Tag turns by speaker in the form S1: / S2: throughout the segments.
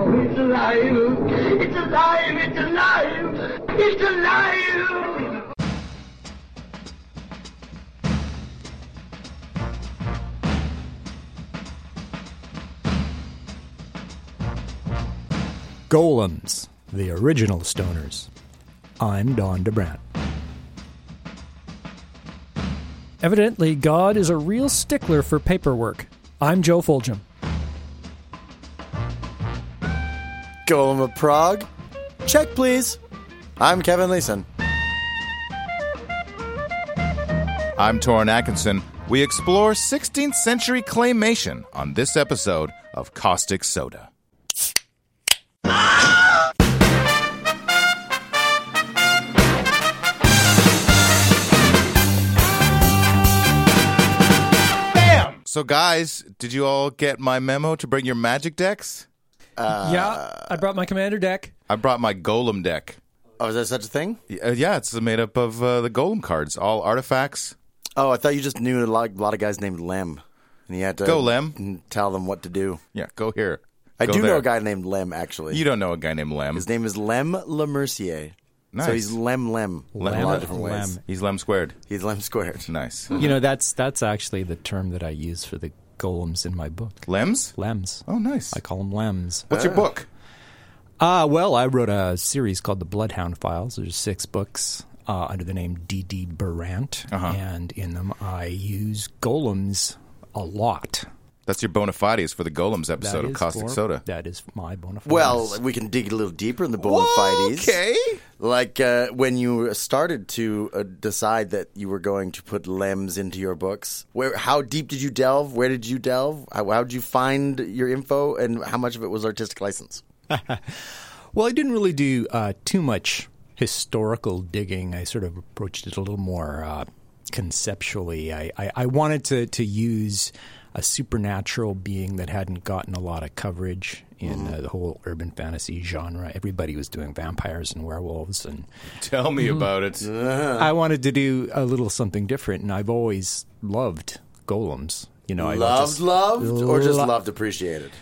S1: alive! It's alive! It's alive! It's alive!
S2: Golems, the original stoners. I'm Don DeBrant.
S3: Evidently, God is a real stickler for paperwork. I'm Joe Foljam.
S4: Golem of Prague? Check, please. I'm Kevin Leeson.
S5: I'm Torrin Atkinson. We explore 16th century claymation on this episode of Caustic Soda. Bam! So, guys, did you all get my memo to bring your magic decks?
S3: yeah, I brought my commander deck.
S5: I brought my golem deck.
S4: Oh, is there such a thing?
S5: Y- uh, Yeah, it's made up of uh, the golem cards, all artifacts.
S4: Oh, I thought you just knew a lot, lot of guys named Lem, and you had to
S5: Go, Lem.
S4: and tell them what to do.
S5: Yeah, go here.
S4: I
S5: Go
S4: do know
S5: there.
S4: a guy named Lem actually.
S5: You don't know a guy named Lem.
S4: His name is Lem Lemercier.
S5: Nice.
S4: So he's Lem Lem. in a lot of different ways.
S2: Lem.
S5: He's Lem squared. Hmm.
S4: He's Lem squared.
S5: Nice.
S2: You know, that's that's actually the term that I use for the golems in my book.
S5: Lems?
S2: Lems.
S5: Oh, nice.
S2: I call them lems.
S5: What's your book?
S2: Uh, well, I wrote a series called The Bloodhound Files. There's six books uh, under the name D.D. Burant,
S3: Uh-huh.
S2: and in them I use golems a lot.
S5: That's your bona fides for the Golems
S2: That
S5: episode of
S2: is
S5: Caustic
S2: for-
S5: Soda.
S2: That is my bona fides.
S4: Well, we can dig a little deeper in the bowl of fighties.
S5: Okay.
S4: Like uh, when you started to uh, decide that you were going to put lems into your books, where how deep did you delve? Where did you delve? How, how did you find your info, and how much of it was artistic license?
S2: Well, I didn't really do uh, too much historical digging. I sort of approached it a little more uh, conceptually. I, I, I wanted to, to use a supernatural being that hadn't gotten a lot of coverage in
S4: Mm-hmm.
S2: uh, the whole urban fantasy genre. Everybody was doing vampires and werewolves, and
S5: Tell
S2: Hmm.
S5: me about it.
S2: I wanted to do a little something different. And I've always loved golems. You know, I
S4: loved,
S2: just-
S4: loved, or just
S2: Lo-
S4: loved, appreciated.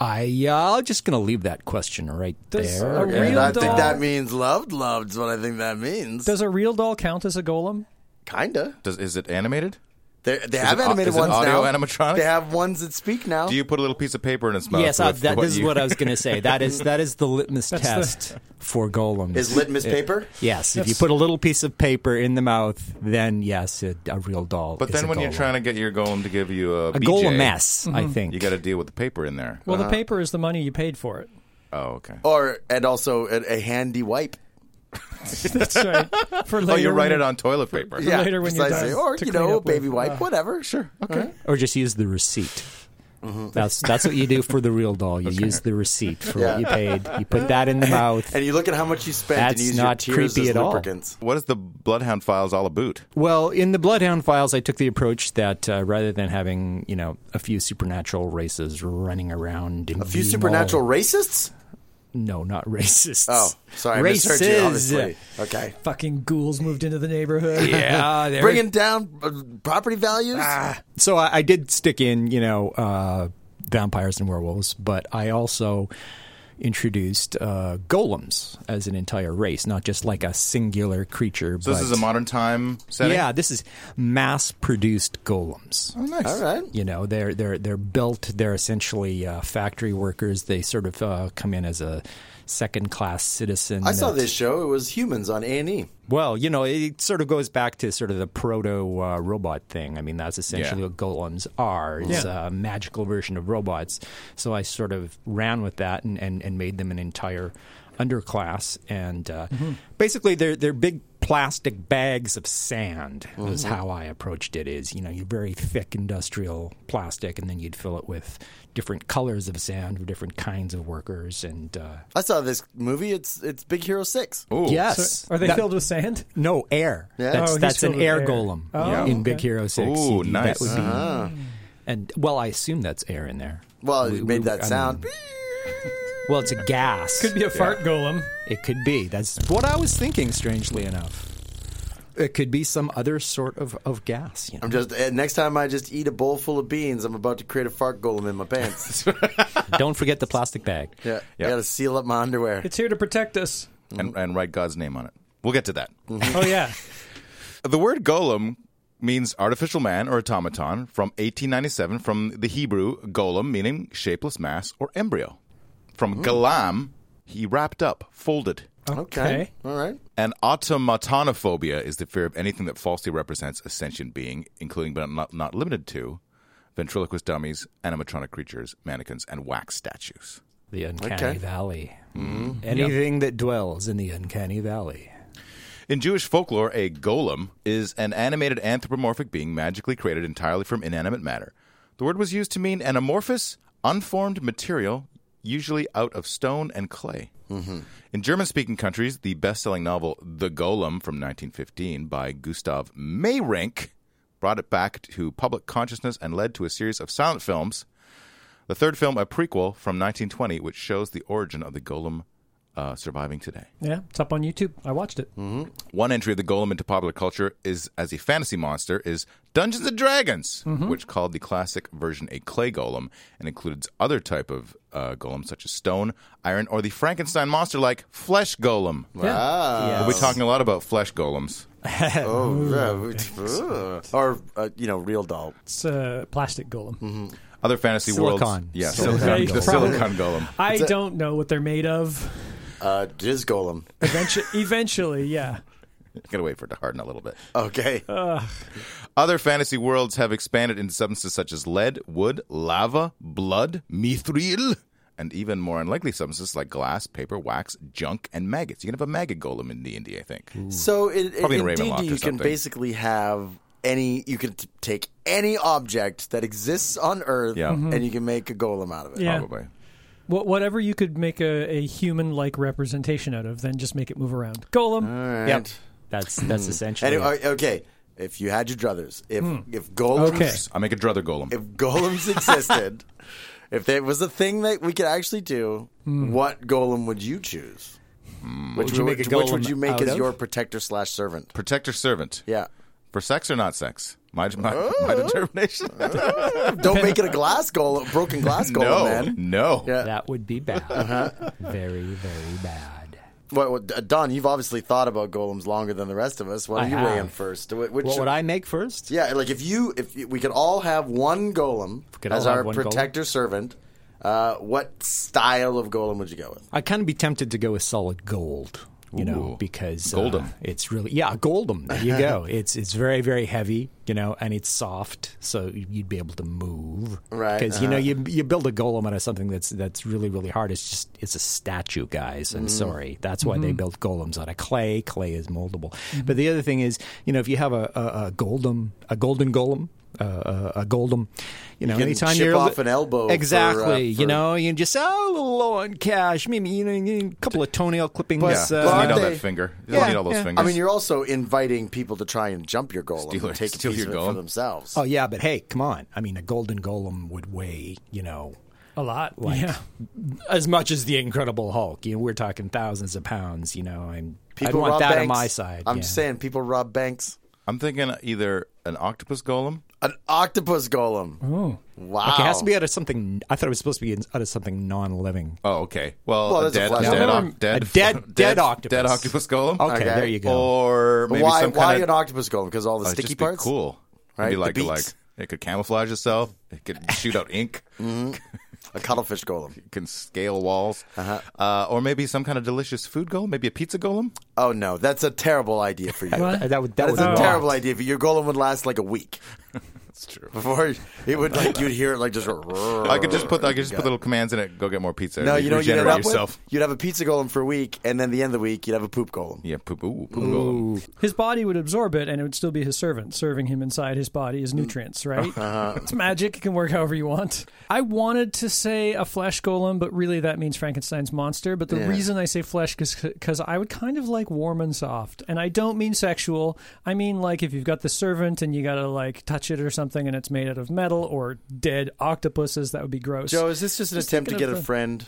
S2: I uh, I'm just gonna leave that question right
S3: Does
S2: there.
S3: a
S4: And
S3: Real
S4: I think
S3: dog.
S4: that means loved, loved is what I think that means.
S3: Does a real doll count as a golem?
S4: Kinda.
S5: Does, is it animated?
S4: They, they have
S5: it au-
S4: animated
S5: is it
S4: ones
S5: audio
S4: now.
S5: animatronic?
S4: They have ones that speak now.
S5: Do you put a little piece of paper in its mouth?
S2: Yes, I,
S5: with
S2: that, this is
S5: you-
S2: what I was going to say. That is that is the litmus test for golems.
S4: is litmus paper?
S2: yes, if you put a little piece of paper in the mouth, then yes, a, a real doll.
S5: But then when you're trying to get your Golem to give you a,
S2: a
S5: BJ,
S2: golem mess, I think
S5: you got to deal with the paper in there.
S3: Well, the paper is the money you paid for it.
S5: Oh, okay.
S4: Or and also a, a handy wipe.
S3: That's right. For later
S5: Oh, you write
S3: when
S5: it on toilet paper.
S3: Yeah. later when you're
S4: precisely.
S3: done
S4: Or,
S3: to
S4: you
S3: clean
S4: know, a
S3: up with.
S4: baby wipe, whatever. Sure. Okay.
S2: or just use the receipt.
S5: Mm-hmm.
S2: That's that's what you do for the real doll. You use the receipt for
S4: Yeah.
S2: what you paid. You put that in the mouth.
S4: And you look at how much you spent and
S2: That's
S4: use
S2: not
S4: your tears
S2: creepy
S4: as
S2: at all.
S4: lubricants.
S5: What is the Bloodhound Files all about?
S2: Well, in the Bloodhound Files, I took the approach that uh, rather than having you know a few supernatural races running around, and
S4: A few
S2: being all-
S4: supernatural racists?
S2: no, not racists.
S4: Oh, sorry. I misheard you,
S2: races.
S4: obviously. Okay.
S3: Fucking ghouls moved into the neighborhood.
S2: yeah, there
S4: Bringing down uh, property values?
S2: so I, I did stick in, you know, uh, vampires and werewolves, but I also introduced uh, golems as an entire race, not just like a singular creature.
S5: So
S2: but,
S5: this is a modern time setting.
S2: yeah, this is mass-produced golems.
S5: Oh, nice.
S4: all right.
S2: You know, they're they're they're built. They're essentially uh, factory workers. They sort of uh, come in as a second-class citizen.
S4: I saw
S2: that-
S4: this show. It was humans on E. A&E.
S2: Well, you know, it sort of goes back to sort of the proto uh, robot thing. I mean, that's essentially
S5: Yeah.
S2: what golems are. It's
S3: Yeah.
S2: a magical version of robots. So I sort of ran with that and, and, and made them an entire underclass. And uh,
S3: Mm-hmm.
S2: basically, they're they're big plastic bags of sand. Is
S3: Mm-hmm.
S2: how I approached it. Is you know, you very thick industrial plastic, and then you'd fill it with different colors of sand for different kinds of workers. And uh,
S4: I saw this movie. It's it's Big Hero 6.
S5: Ooh.
S2: yes,
S3: So are they
S2: That-
S3: filled with sand?
S2: no, air. That's,
S3: Oh, he's
S2: that's an
S3: filled with
S2: air,
S3: air.
S2: golem
S3: Oh,
S2: yeah,
S3: okay.
S2: in Big Hero Six.
S5: Ooh,
S2: That
S5: nice.
S2: would be-
S4: Uh-huh.
S2: And well, I assume that's air in there.
S4: Ah. Well,
S2: We-
S4: it made
S2: we- I
S4: that sound.
S2: mean- Well, it's a gas.
S3: Could be a fart golem.
S2: It could be. That's what I was thinking. Strangely enough. It could be some other sort of, of gas. You know?
S4: I'm just uh, next time I just eat a bowl full of beans. I'm about to create a fart golem in my pants.
S2: Don't forget the plastic bag.
S4: yeah,
S5: Yeah.
S4: I gotta seal up my underwear.
S3: It's here to protect us.
S5: and, and write God's name on it. We'll get to that.
S3: Oh yeah.
S5: The word golem means artificial man or automaton from 1897 from the Hebrew golem, meaning shapeless mass or embryo. From galam, he wrapped up, folded.
S4: okay. all right.
S5: And automatonophobia is the fear of anything that falsely represents a sentient being, including but not, not limited to ventriloquist dummies, animatronic creatures, mannequins, and wax statues.
S2: The uncanny
S4: Okay. Mm-hmm.
S2: valley. Anything that dwells in the uncanny valley.
S5: In Jewish folklore, a golem is an animated anthropomorphic being magically created entirely from inanimate matter. The word was used to mean an amorphous, unformed material, usually out of stone and clay. In German speaking countries, the best selling novel The Golem from 1915 by Gustav Mayrink brought it back to public consciousness and led to a series of silent films. The third film, a prequel from 1920, which shows the origin of the golem uh, surviving today.
S3: Yeah, it's up on YouTube. I watched it.
S5: One entry of the golem into popular culture is as a fantasy monster is Dungeons and Dragons, which called the classic version a clay golem and includes other type of uh, golems such as stone, iron, or the Frankenstein monster like flesh golem.
S4: Ah.
S5: We'll be talking a lot about flesh golems.
S4: Oh, yeah. we- Ugh. or uh, you know, real doll.
S3: It's a plastic golem.
S5: Other fantasy worlds,
S2: Silicon.
S5: yeah,
S2: Silicon
S5: silicon,
S3: golem.
S5: the silicon golem.
S3: I don't know what they're made of.
S4: Uh, jizz golem.
S3: Eventually, eventually yeah.
S5: Gotta wait for it to harden a little bit.
S4: Okay.
S5: Oh. Other fantasy worlds have expanded into substances such as lead, wood, lava, blood, mithril, and even more unlikely substances like glass, paper, wax, junk, and maggots. You can have a maggot golem in D&D, I think.
S4: so it,
S5: Probably in
S4: in
S5: Ravenloft or
S4: D&D, you can
S5: something.
S4: basically have any. You can t- take any object that exists on Earth,
S5: Yeah.
S2: Mm-hmm.
S5: Mhm.
S4: and you can make a golem out of it.
S3: Yeah.
S5: Probably.
S3: Wha- whatever you could make a, a human like representation out of, then just make it move around. Golem.
S4: All right.
S2: Yep. That's that's essentially.
S4: Hmm. Anyway, oh, okay. If you had your druthers, if
S5: Hmm.
S4: if golems,
S3: Okay.
S5: I make a druther golem.
S4: if golems existed, if there was a thing that we could actually do, what golem would you choose?
S5: Hmm.
S4: Which,
S2: Hmm. would you make a
S4: which would
S2: golem
S4: you make
S2: out
S4: as
S2: of?
S4: your protector slash servant?
S5: Protector servant.
S4: Yeah. Oh.
S5: For sex or not sex? My, my, my determination.
S4: Don't make it a glass golem, broken glass golem,
S5: no.
S4: man.
S5: No.
S4: Yeah. Uh-huh.
S2: That would be bad. Very, very bad.
S4: What, what, Don, you've obviously thought about golems longer than the rest of us. What
S2: I
S4: are you
S2: have.
S4: weighing first? Wh- Which,
S2: What would I make first?
S4: Yeah, like if you, if you- we could all have one golem
S2: could all
S4: as
S2: have
S4: our
S2: one golem.
S4: protector servant, uh, what style of golem would you go with?
S2: I kind of be tempted to go with solid gold, you
S5: Ooh.
S2: know, because uh,
S5: Golden.
S2: it's really yeah, golden. There you go. it's it's very very heavy, you know, and it's soft, so you'd be able to move.
S4: Right, uh-huh.
S2: Because you know you you build a golem out of something that's that's really really hard. It's just it's a statue, guys.
S4: Mm.
S2: I'm sorry. That's why
S4: Mm-hmm.
S2: they built golems out of clay. Clay is moldable. But the other thing is, you know, if you have a a, a golden a golden golem. Uh, a, a golden, you know.
S4: can
S2: anytime
S4: chip
S2: you're
S4: off an elbow for, uh,
S2: exactly.
S4: for-
S2: you know, Oh, you just oh, a little low on cash. Maybe you know, you need a couple of toenail clippings.
S5: Yeah.
S2: uh,
S5: Doesn't need all
S4: Aren't
S5: that
S4: they-
S5: finger. Doesn't
S2: Yeah,
S5: need all those
S2: yeah.
S5: fingers.
S4: I mean, you're also inviting people to try and jump your golem,
S5: Steal
S4: and
S5: it-
S4: take a
S5: steal
S4: piece
S5: your
S4: of it for
S5: golem.
S4: themselves.
S2: oh yeah, but hey, come on. I mean, a golden golem would weigh, you know,
S3: A lot.
S2: like
S3: yeah.
S2: as much as the Incredible Hulk. You know, we're talking thousands of pounds. You know, I'm.
S4: people
S2: I want
S4: rob
S2: that
S4: banks.
S2: on my side.
S4: I'm
S2: yeah.
S4: just saying, people rob banks.
S5: I'm thinking either an octopus golem.
S4: An octopus golem. Wow.
S2: Okay, it has to be out of something. I thought it was supposed to be out of something non-living.
S5: Oh, okay. Well,
S4: Well,
S5: a
S4: that's a
S5: dead,
S4: flesh
S5: dead,
S4: golem.
S5: oc- dead,
S2: A dead- dead octopus.
S5: Dead octopus golem.
S2: Okay,
S4: Okay. Oh.
S2: there you go.
S5: Or maybe
S4: why?
S5: some
S4: Why
S5: kind
S4: an
S5: of
S4: octopus golem? Because
S2: Oh,
S4: all the
S5: it'd
S4: sticky
S5: just be
S4: parts.
S5: cool. It'd
S4: Right,
S5: Be
S4: the
S5: like like
S4: beaks.
S5: it could camouflage itself. It could shoot out ink.
S4: A cuttlefish golem.
S5: It can scale walls. Uh-huh. or maybe some kind of delicious food golem. Maybe a pizza golem.
S4: Oh no, that's a terrible idea for you.
S3: What?
S2: Uh, That would that
S4: That
S2: would
S4: is a
S2: not.
S4: terrible idea. But your golem would last like a week
S5: That's true.
S4: before it would like you'd hear it like just.
S5: I could just put I could just put little commands in it. Go get more pizza.
S4: No,
S5: Re-
S4: you know what you'd end
S5: regenerate
S4: up
S5: yourself.
S4: with. You'd have a pizza golem for a week, and then the end of the week you'd have a poop golem.
S5: Yeah, poop. Ooh, poop golem.
S3: His body would absorb it and it would still be his servant, serving him inside his body as nutrients, right? It's magic. It can work however you want. I wanted to say a flesh golem, but really that means Frankenstein's monster. But the reason I say flesh is because I would kind of like warm and soft. And I don't mean sexual. I mean like if you've got the servant and you got to like touch it or something and it's made out of metal or dead octopuses, that would be gross.
S4: Joe, is this just an attempt to get
S3: thinking of
S4: a
S3: the-
S4: friend?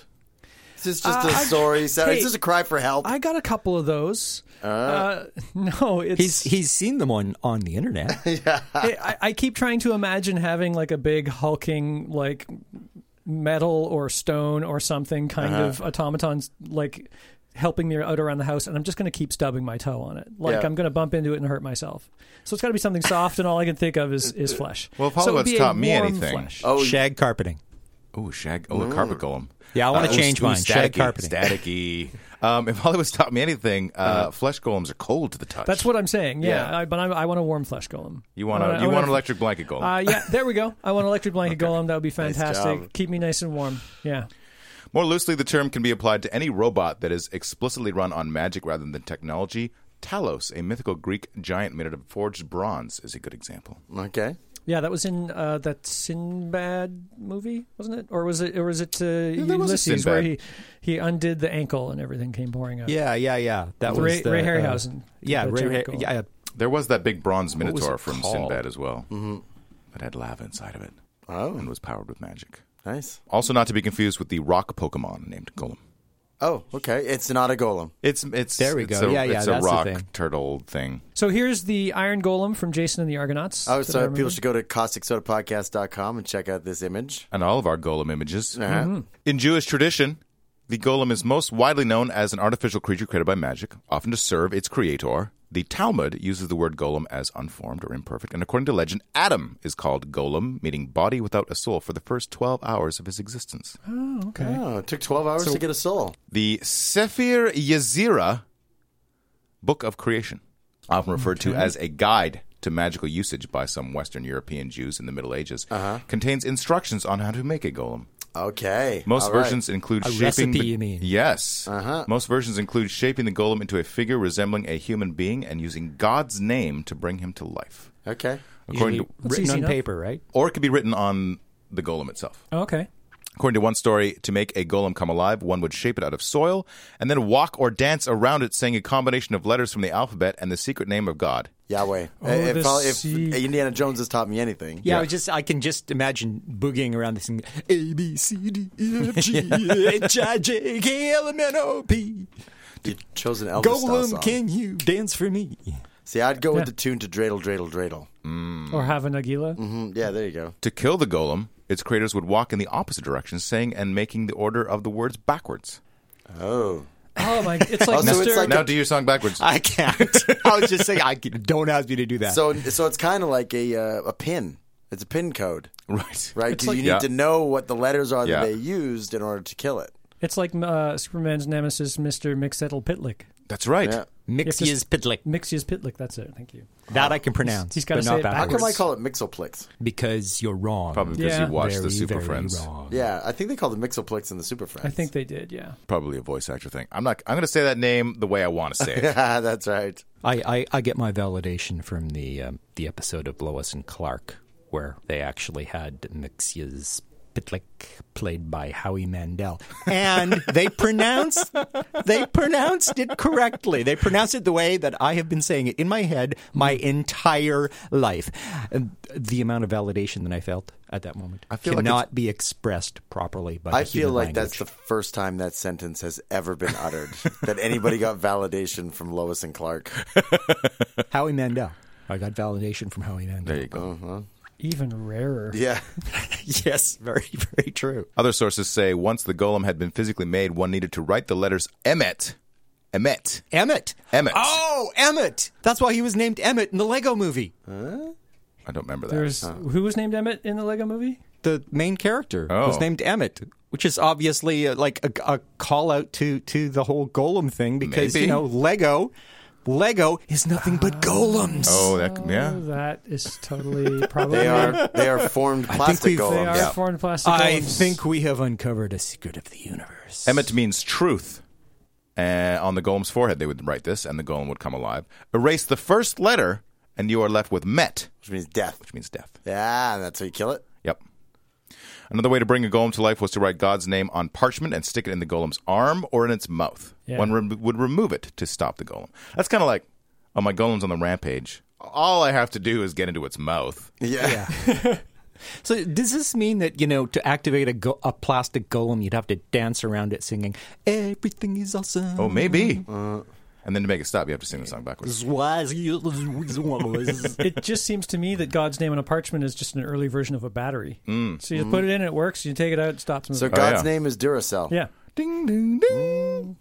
S4: It's just
S3: Uh,
S4: a
S3: I-
S4: sorry. So
S3: hey,
S4: it's just a cry for help.
S3: I got a couple of those. Uh, no, it's
S2: He's he's seen them on on the internet.
S3: I, I keep trying to imagine having like a big hulking like metal or stone or something kind
S5: Uh-huh.
S3: of automaton like helping me out around the house and i'm just going to keep stubbing my toe on it like
S4: Yeah.
S3: i'm going to bump into it and hurt myself so it's got to be something soft and all i can think of is is flesh
S5: Well, if
S3: So it would
S5: Hollywood's
S3: be a
S5: taught me
S3: warm
S5: anything-
S3: flesh.
S4: Oh,
S2: Shag carpeting.
S5: Oh, shag. Oh, a carpet golem. Uh,
S2: Yeah, I wanna
S5: ooh,
S2: change
S5: ooh,
S2: mine. Shag
S5: staticky,
S2: carpeting.
S5: Staticky. um, if Hollywood's taught me anything, uh,
S4: Uh-huh.
S5: flesh golems are cold to the touch.
S3: that's what i'm saying yeah,
S5: Yeah.
S3: I, but I'm, i want a warm flesh golem
S5: you want.
S3: I
S5: A,
S3: I
S5: you want an
S3: a-
S5: electric blanket golem.
S3: uh, yeah there we go i want an electric blanket golem that would be fantastic
S4: job.
S3: keep me nice and warm yeah
S5: More loosely, the term can be applied to any robot that is explicitly run on magic rather than technology. Talos, a mythical Greek giant made out of forged bronze, is a good example.
S4: okay.
S3: Yeah, that was in uh, that Sinbad movie, wasn't it? Or was it? Or was it uh,
S5: there was a
S3: Ulysses where he
S5: Sinbad.
S3: he undid the ankle and everything came pouring out?
S2: Yeah, yeah, yeah. That was
S3: Ray-
S2: the,
S3: Ray
S2: uh,
S3: Harryhausen.
S2: yeah,
S3: The
S2: Ray,
S3: giant
S2: Har-
S3: golem.
S2: yeah,
S5: There was that big bronze
S2: was
S5: minotaur
S2: it
S5: from
S2: called?
S5: Sinbad as well, mm-hmm. that had lava inside of it and
S4: Oh,
S5: was powered with magic.
S4: nice.
S5: Also, not to be confused with the rock Pokemon named Golem.
S4: Oh, okay. It's not a golem.
S5: It's it's
S2: There we
S5: it's
S2: go.
S5: A,
S2: Yeah, yeah,
S5: It's a
S2: that's the
S5: rock
S2: thing.
S5: turtle thing.
S3: So here's the Iron Golem from Jason and the Argonauts.
S4: Oh,
S3: that I
S4: so
S3: remember.
S4: people should go to causticsodapodcast.com and check out this image.
S5: and all of our golem images. In Jewish tradition, the golem is most widely known as an artificial creature created by magic, often to serve its creator. The Talmud uses the word golem as unformed or imperfect, and according to legend, Adam is called golem, meaning body without a soul, for the first 12 hours of his existence.
S4: Oh, it took 12 hours to get a soul.
S5: The Sefer Yezira, Book of Creation, often referred to as a guide to magical usage by some Western European Jews in the Middle Ages, contains instructions on how to make a golem.
S4: Okay.
S5: Most
S4: All right.
S5: versions include
S2: A
S5: shaping
S2: recipe,
S5: the,
S2: you mean?
S5: Yes. Uh-huh. Most versions include shaping the golem into a figure resembling a human being and using God's name to bring him to life.
S4: Okay.
S5: According
S2: Usually
S5: to,
S2: written
S3: easy
S2: on
S3: enough.
S2: paper, right?
S5: or it could be written on the golem itself.
S3: Oh, okay.
S5: According to one story, to make a golem come alive, one would shape it out of soil and then walk or dance around it saying a combination of letters from the alphabet and the secret name of God.
S4: Yahweh. Eh,
S3: Oh,
S4: if,
S3: the
S4: if- if
S3: sea-
S4: Indiana Jones has taught me anything,
S2: Yeah, I just I can just imagine boogieing around this thing. A B C D E F G H I J K L M N O P.
S4: you chose
S2: Oh,
S4: an Elvis style song.
S2: Golem, can you dance for me?
S4: See, I'd go
S3: Yeah.
S4: with the tune to Dreidel, Dreidel, Dreidel.
S3: Or have an Aguila.
S4: Mm, yeah, there you go.
S5: To kill the golem, its creators would walk in the opposite direction, saying and making the order of the words backwards.
S4: Oh.
S3: Oh my! It's like
S4: Also,
S3: Mr.
S4: it's like
S5: Now do your song backwards.
S2: I can't. I was just saying, I can, don't ask me to do that.
S4: So, so it's kind of like a uh, a pin. It's a pin code,
S5: right.
S4: right?
S3: It's
S4: 'Cause
S3: like-
S4: you need
S5: Yeah.
S4: to know what the letters are
S5: Yeah.
S4: that they used in order to kill it.
S3: it's like uh, Superman's nemesis, Mr. Mixettle Pitlick.
S5: That's right.
S4: Yeah.
S3: You have
S2: Mixius pitlick.
S3: Mixius Pitlick. That's it. Thank you.
S2: That I can pronounce.
S3: he's gotta
S2: but
S3: say
S2: not
S3: it
S4: How
S2: backwards.
S4: come I call it Mixoplex?
S2: Because you're wrong.
S5: Probably because
S3: Yeah.
S5: he watched the
S2: Very,
S5: Super
S2: very
S5: Friends.
S2: wrong.
S4: Yeah, I think they call it Mixoplex in the Super Friends.
S3: I think they did. Yeah.
S5: Probably a voice actor thing. I'm not. I'm going to say that name the way I want to say it.
S4: that's right.
S2: I, I, I get my validation from the um, the episode of Lois and Clark where they actually had Mixius Pitlick played by Howie Mandel, and they pronounced they pronounced it correctly. They pronounced it the way that I have been saying it in my head my entire life. And the amount of validation that I felt at that moment
S5: I feel like
S2: cannot be expressed properly by.
S4: I
S2: the human
S4: feel like
S2: language.
S4: that's the first time that sentence has ever been uttered. that anybody got validation from Lois and Clark.
S2: Howie Mandel. I got validation from Howie Mandel.
S5: There you go.
S3: Even rarer.
S4: Yeah,
S2: Yes, very very true.
S5: Other sources say once the golem had been physically made, one needed to write the letters Emmet, Emmet,
S2: Emmett.
S5: Emmett.
S2: Oh, Emmett. That's why he was named Emmett in the Lego movie.
S5: I don't remember that.
S3: There's who was named Emmett in the Lego Movie?
S2: The main character
S5: Oh.
S2: was named Emmett, which is obviously uh, like a, a call out to to the whole golem thing because
S5: Maybe. Ah.
S2: you know Lego Lego is nothing but golems.
S5: oh, that
S3: Oh,
S5: yeah.
S3: that is totally probably.
S4: they are they are formed plastic
S2: we've-
S4: golems.
S3: They are
S5: Yeah.
S3: foreign plastic.
S2: I
S3: golems.
S2: think we have uncovered a secret of the universe.
S5: Emmet means truth. Uh, on the golem's forehead, they would write this, and the golem would come alive. Erase the first letter, and you are left with Met,
S4: which means death.
S5: which means death.
S4: Yeah, and that's how you kill it.
S5: Yep. Another way to bring a golem to life was to write God's name on parchment and stick it in the golem's arm or in its mouth.
S3: Yeah.
S5: One rem- would remove it to stop the golem. That's kind of like, oh, my golem's on the rampage. All I have to do is get into its mouth.
S4: Yeah,
S2: So does this mean that you know to activate a, go- a plastic golem you'd have to dance around it singing "Everything is awesome"?
S5: Oh, maybe. and then to make it stop, you have to sing the song backwards.
S3: it just seems to me that God's name on a parchment is just an early version of a battery. So you just put it in, it works. You take it out, it stops.
S4: So
S3: moving.
S4: God's
S5: yeah.
S4: name is Duracell.
S3: Oh, yeah.
S5: Ding, ding, ding.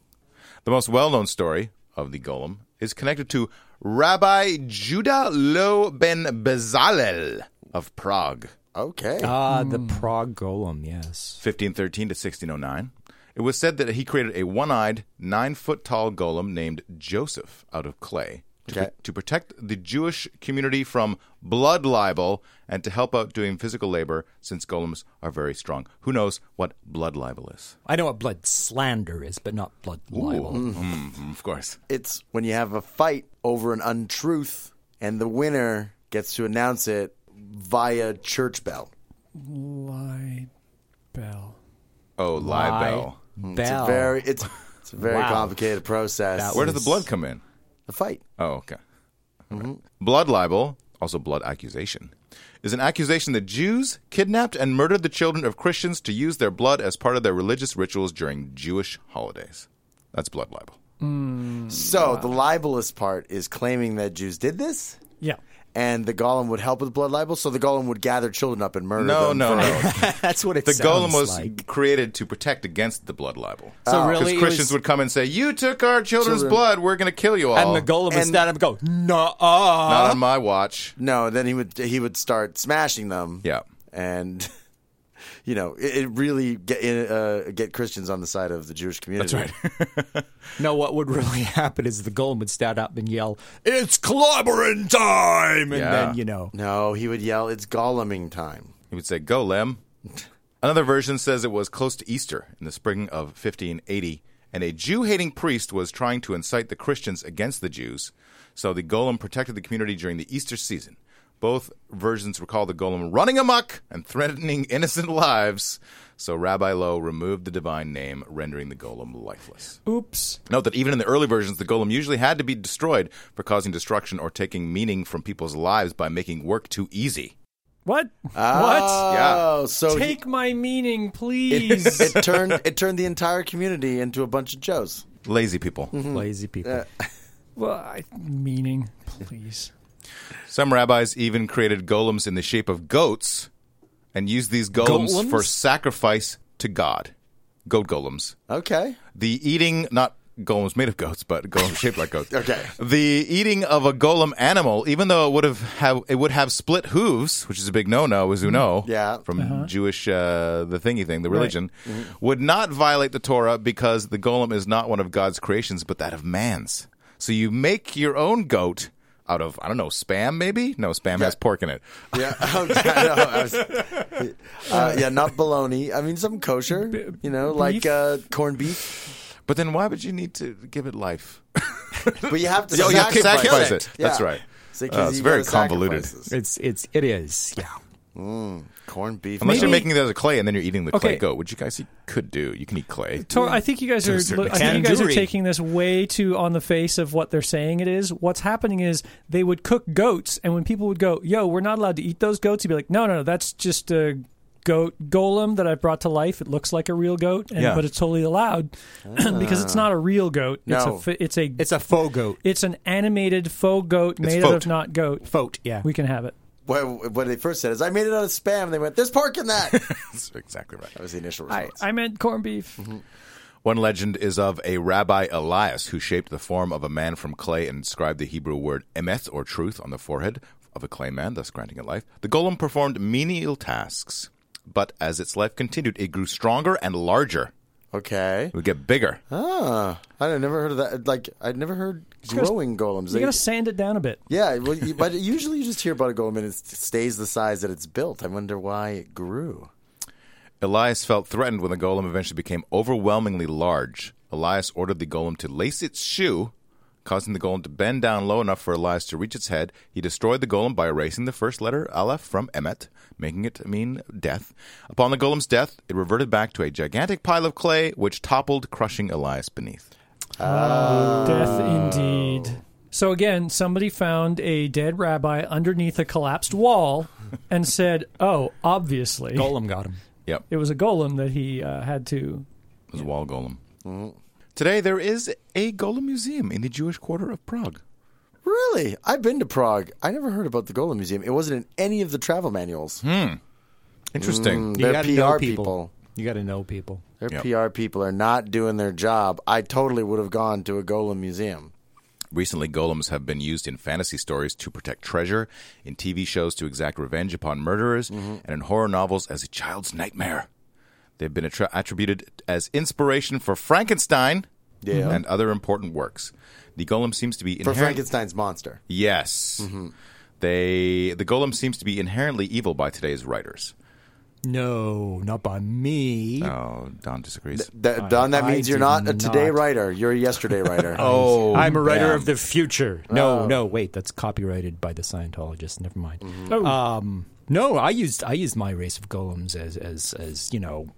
S5: The most well known story of the golem is connected to Rabbi Judah Lo ben Bezalel of Prague,
S4: Okay.
S2: Ah, the
S5: Hmm.
S2: Prague golem. Yes.
S5: 1513 to 1609. It was said that he created a one eyed, nine foot tall golem named Joseph out of clay to,
S4: Okay.
S5: to protect the Jewish community from blood libel and to help out doing physical labor since golems are very strong. Who knows what blood libel is?
S2: I know what blood slander is, but not blood libel.
S5: Mm, of course.
S4: it's when you have a fight over an untruth and the winner gets to announce it via church bell.
S3: Why, Bell?
S5: Oh, libel. Mm,
S4: It's a
S2: Bell.
S4: very it's it's a very
S2: Wow.
S4: complicated process.
S2: That
S5: Where does the blood come in?
S4: the fight?
S5: Oh, okay. Mm-hmm. Blood libel, also blood accusation, is an accusation that Jews kidnapped and murdered the children of Christians to use their blood as part of their religious rituals during Jewish holidays. That's blood libel.
S4: So the libelous part is claiming that Jews did this.
S3: Yeah.
S4: And the golem would help with blood libel, so the golem would gather children up and murder
S5: No,
S4: them.
S5: no,
S4: for-
S5: no.
S2: That's what it.
S5: The
S2: sounds
S5: golem was
S2: like.
S5: created to protect against the blood libel.
S2: So
S5: Because
S2: really, it
S5: Christians
S2: was-
S5: would come and say, "You took our children's
S4: Children.
S5: blood. We're going to kill you all."
S2: and the golem would
S4: and-
S2: stand up and go, Uh-huh. "Nah."
S5: Not on my watch.
S4: No, then he would he would start smashing them.
S5: Yeah.
S4: and you know it, it really get uh, get Christians on the side of the Jewish community. That's right.
S2: No, what would really happen is the golem would stand up and yell, "It's clobbering time!" And
S5: Yeah.
S2: then you know,
S4: no, he would yell, "It's goleming time."
S5: He would say, Go, Lem. Another version says it was close to Easter in the spring of 1580, and a Jew hating priest was trying to incite the Christians against the Jews, so the golem protected the community during the Easter season. Both versions recall the golem running amok and threatening innocent lives, so Rabbi Lowe removed the divine name, rendering the golem lifeless.
S3: Oops.
S5: Note that even in the early versions, the golem usually had to be destroyed for causing destruction or taking meaning from people's lives by making work too easy.
S3: What?
S4: Oh,
S5: Yeah.
S4: so
S3: what?
S4: he-
S3: Take my meaning, please.
S4: it turned it turned the entire community into a bunch of Joes.
S5: Lazy people.
S2: lazy people.
S3: well, I, meaning, please.
S5: Some rabbis even created golems in the shape of goats and used these golems,
S2: Golems?
S5: for sacrifice to God. Goat golems.
S4: Okay,
S5: The eating, not golems made of goats, but golems shaped like goats.
S4: Okay.
S5: The eating of a golem animal, even though it would have, have it would have split hooves, which is a big no-no, as you know,
S4: Mm-hmm. Yeah.
S5: from Jewish uh, the thingy thing, the religion,
S4: Mm-hmm.
S5: would not violate the Torah because the golem is not one of God's creations, but that of man's. So you make your own goat out of I don't know spam, maybe no spam has pork in it.
S4: yeah, Okay, I know. I was- uh, yeah, not bologna. I mean, some kosher, you know, like
S3: beef?
S4: uh, corned beef.
S5: But then why would you need to give it life?
S4: But you have to
S5: Oh, you have to
S4: sacrifice,
S5: sacrifice it.
S4: Yeah.
S5: That's right.
S4: So, 'cause
S5: Uh, it's
S4: you
S5: very
S4: gotta
S5: convoluted.
S4: sacrifice this.
S2: It's it's it is. Yeah.
S4: Corned beef.
S5: Unless you're
S3: Maybe-
S5: making it out of clay and then you're eating the clay
S3: Okay.
S5: goat, which you guys you could do. You can eat clay.
S3: Tor, I think you guys
S5: a
S3: are.
S5: certain
S3: look, I think you guys are
S2: extent.
S3: taking this way too on the face of what they're saying. It is what's happening is they would cook goats, and when people would go, "Yo, we're not allowed to eat those goats," you'd be like, "No, no, no, that's just a goat golem that I brought to life. It looks like a real goat, and,
S5: Yeah.
S3: but it's totally allowed because it's not a real goat. It's
S4: No.
S3: a fi- it's a
S2: It's a faux goat.
S3: it's an animated faux goat made out
S5: foat.
S3: of not goat.
S2: Foat. Yeah.
S3: We can have it.
S4: what, what they first said is, I made it out of spam. They went, there's pork in that. that
S5: That's exactly right.
S4: was the initial
S3: I,
S4: response.
S3: I meant corned beef.
S5: One legend is of a Rabbi Elias who shaped the form of a man from clay and inscribed the Hebrew word emet, or truth, on the forehead of a clay man, thus granting it life. The golem performed menial tasks, but as its life continued, it grew stronger and larger.
S4: okay.
S5: It would get bigger.
S4: Ah, I'd never heard of that. Like, I'd never heard
S3: gotta-
S4: growing golems.
S3: You
S4: They-
S3: gotta sand it down a bit.
S4: yeah, well, you, but usually you just hear about a golem and it stays the size that it's built. I wonder why it grew.
S5: Elias felt threatened when the golem eventually became overwhelmingly large. Elias ordered the golem to lace its shoe, causing the golem to bend down low enough for Elias to reach its head. He destroyed the golem by erasing the first letter Aleph from Emet, making it mean death. Upon the golem's death, it reverted back to a gigantic pile of
S2: Oh.
S5: clay, which toppled, crushing Elias beneath.
S3: Death indeed. So again, somebody found a dead rabbi underneath a collapsed wall and said, "Oh, obviously,
S2: Golem got him.
S5: Yep.
S3: it was a golem that he uh, had to."
S5: It was a wall golem. Today there is a golem museum in the Jewish quarter of Prague.
S4: Really? I've been to Prague. I never heard about the Golem Museum. It wasn't in any of the travel manuals.
S5: Interesting.
S4: They're
S2: gotta
S4: PR people.
S2: You got to know people.
S4: Their
S5: Yep.
S4: PR people are not doing their job. I totally would have gone to a Golem Museum.
S5: Recently, golems have been used in fantasy stories to protect treasure, in TV shows to exact revenge upon murderers,
S4: Mm-hmm.
S5: and in horror novels as a child's nightmare. They've been attra- attributed as inspiration for Frankenstein
S4: Yeah.
S5: and other important works. The golem seems to be
S4: For Mm-hmm.
S5: inherent-
S4: Frankenstein's monster.
S5: Yes, they the golem seems to be inherently evil by today's writers.
S2: No, not by me.
S5: Oh, Don disagrees.
S4: That, Don, that
S2: I
S4: means you're
S2: do
S4: not a today
S2: not.
S4: writer. You're a yesterday writer.
S5: oh,
S2: I'm a writer
S5: damn.
S2: of the future.
S4: Oh.
S2: No, no, wait, that's copyrighted by the Scientologists. Never mind.
S4: Mm-hmm.
S3: Oh,
S2: Um, no, I used I used my race of golems as as as you know,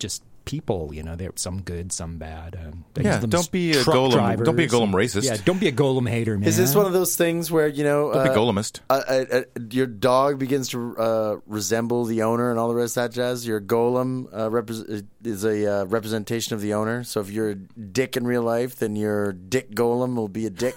S2: just people. You know, they're some good, some bad. Um, I
S5: Yeah,
S2: used them
S5: don't
S2: as
S5: be a
S2: truck
S5: golem-
S2: drivers.
S5: don't be a golem racist.
S2: Yeah, don't be a golem hater, man.
S4: Is this one of those things where, you know,
S5: Don't be
S4: uh,
S5: golemist.
S4: a, a, a, your dog begins to uh, resemble the owner and all the rest of that jazz. Your golem uh, repres is a uh, representation of the owner. So if you're a dick in real life, then your dick golem will be a dick.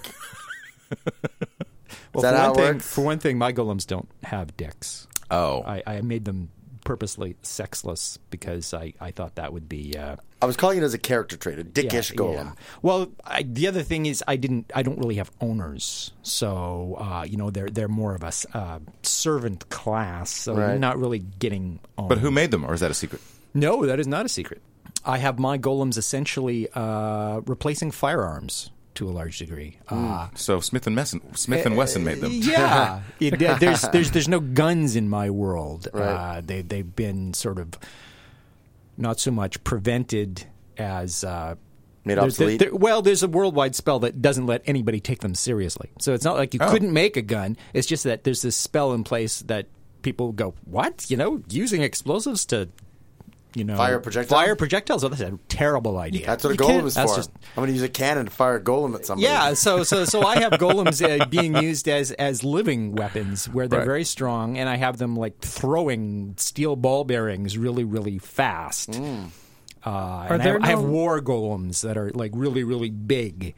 S2: Well,
S4: that
S2: for
S4: how
S2: one
S4: it
S2: thing,
S4: works?
S2: For one thing, my golems don't have dicks.
S5: Oh,
S2: I, I made them purposely sexless because I, I thought that would be uh,
S4: I was calling it as a character trait, a
S2: yeah,
S4: dickish golem.
S2: yeah. Well, I, the other thing is I didn't I don't really have owners, so uh, you know they're they're more of a s- uh, servant class, so you're
S4: Right.
S2: not really getting. Owned.
S5: but who made them, or is that a secret?
S2: No, that is not a secret. I have my golems essentially uh, replacing firearms to a large degree. Uh,
S5: So Smith and Messon, Smith and Wesson made
S4: Eh,
S5: them.
S2: Yeah, It- there- there's there's there's no guns in my world.
S4: Right.
S2: Uh, they they've been sort of not so much prevented as uh,
S4: Made
S2: there's-
S4: obsolete?
S2: there- well, there's a worldwide spell that doesn't let anybody take them seriously. So it's not like you
S5: Oh.
S2: couldn't make a gun. It's just that there's this spell in place that people go, what? You know, using explosives to. You know,
S4: Fire projectiles?
S2: Fire projectiles. Oh, that's a terrible idea.
S4: That's what a
S2: You
S4: golem
S2: can't-
S4: is for.
S2: that's just-
S4: I'm going to use a cannon to fire a golem at somebody.
S2: yeah, so so so I have golems uh, being used as as living weapons where they're
S5: Right.
S2: very strong, and I have them like throwing steel ball bearings really really fast.
S4: Mm.
S2: Uh, and I,
S3: there
S2: have, I have
S3: no-
S2: war golems that are like really really big.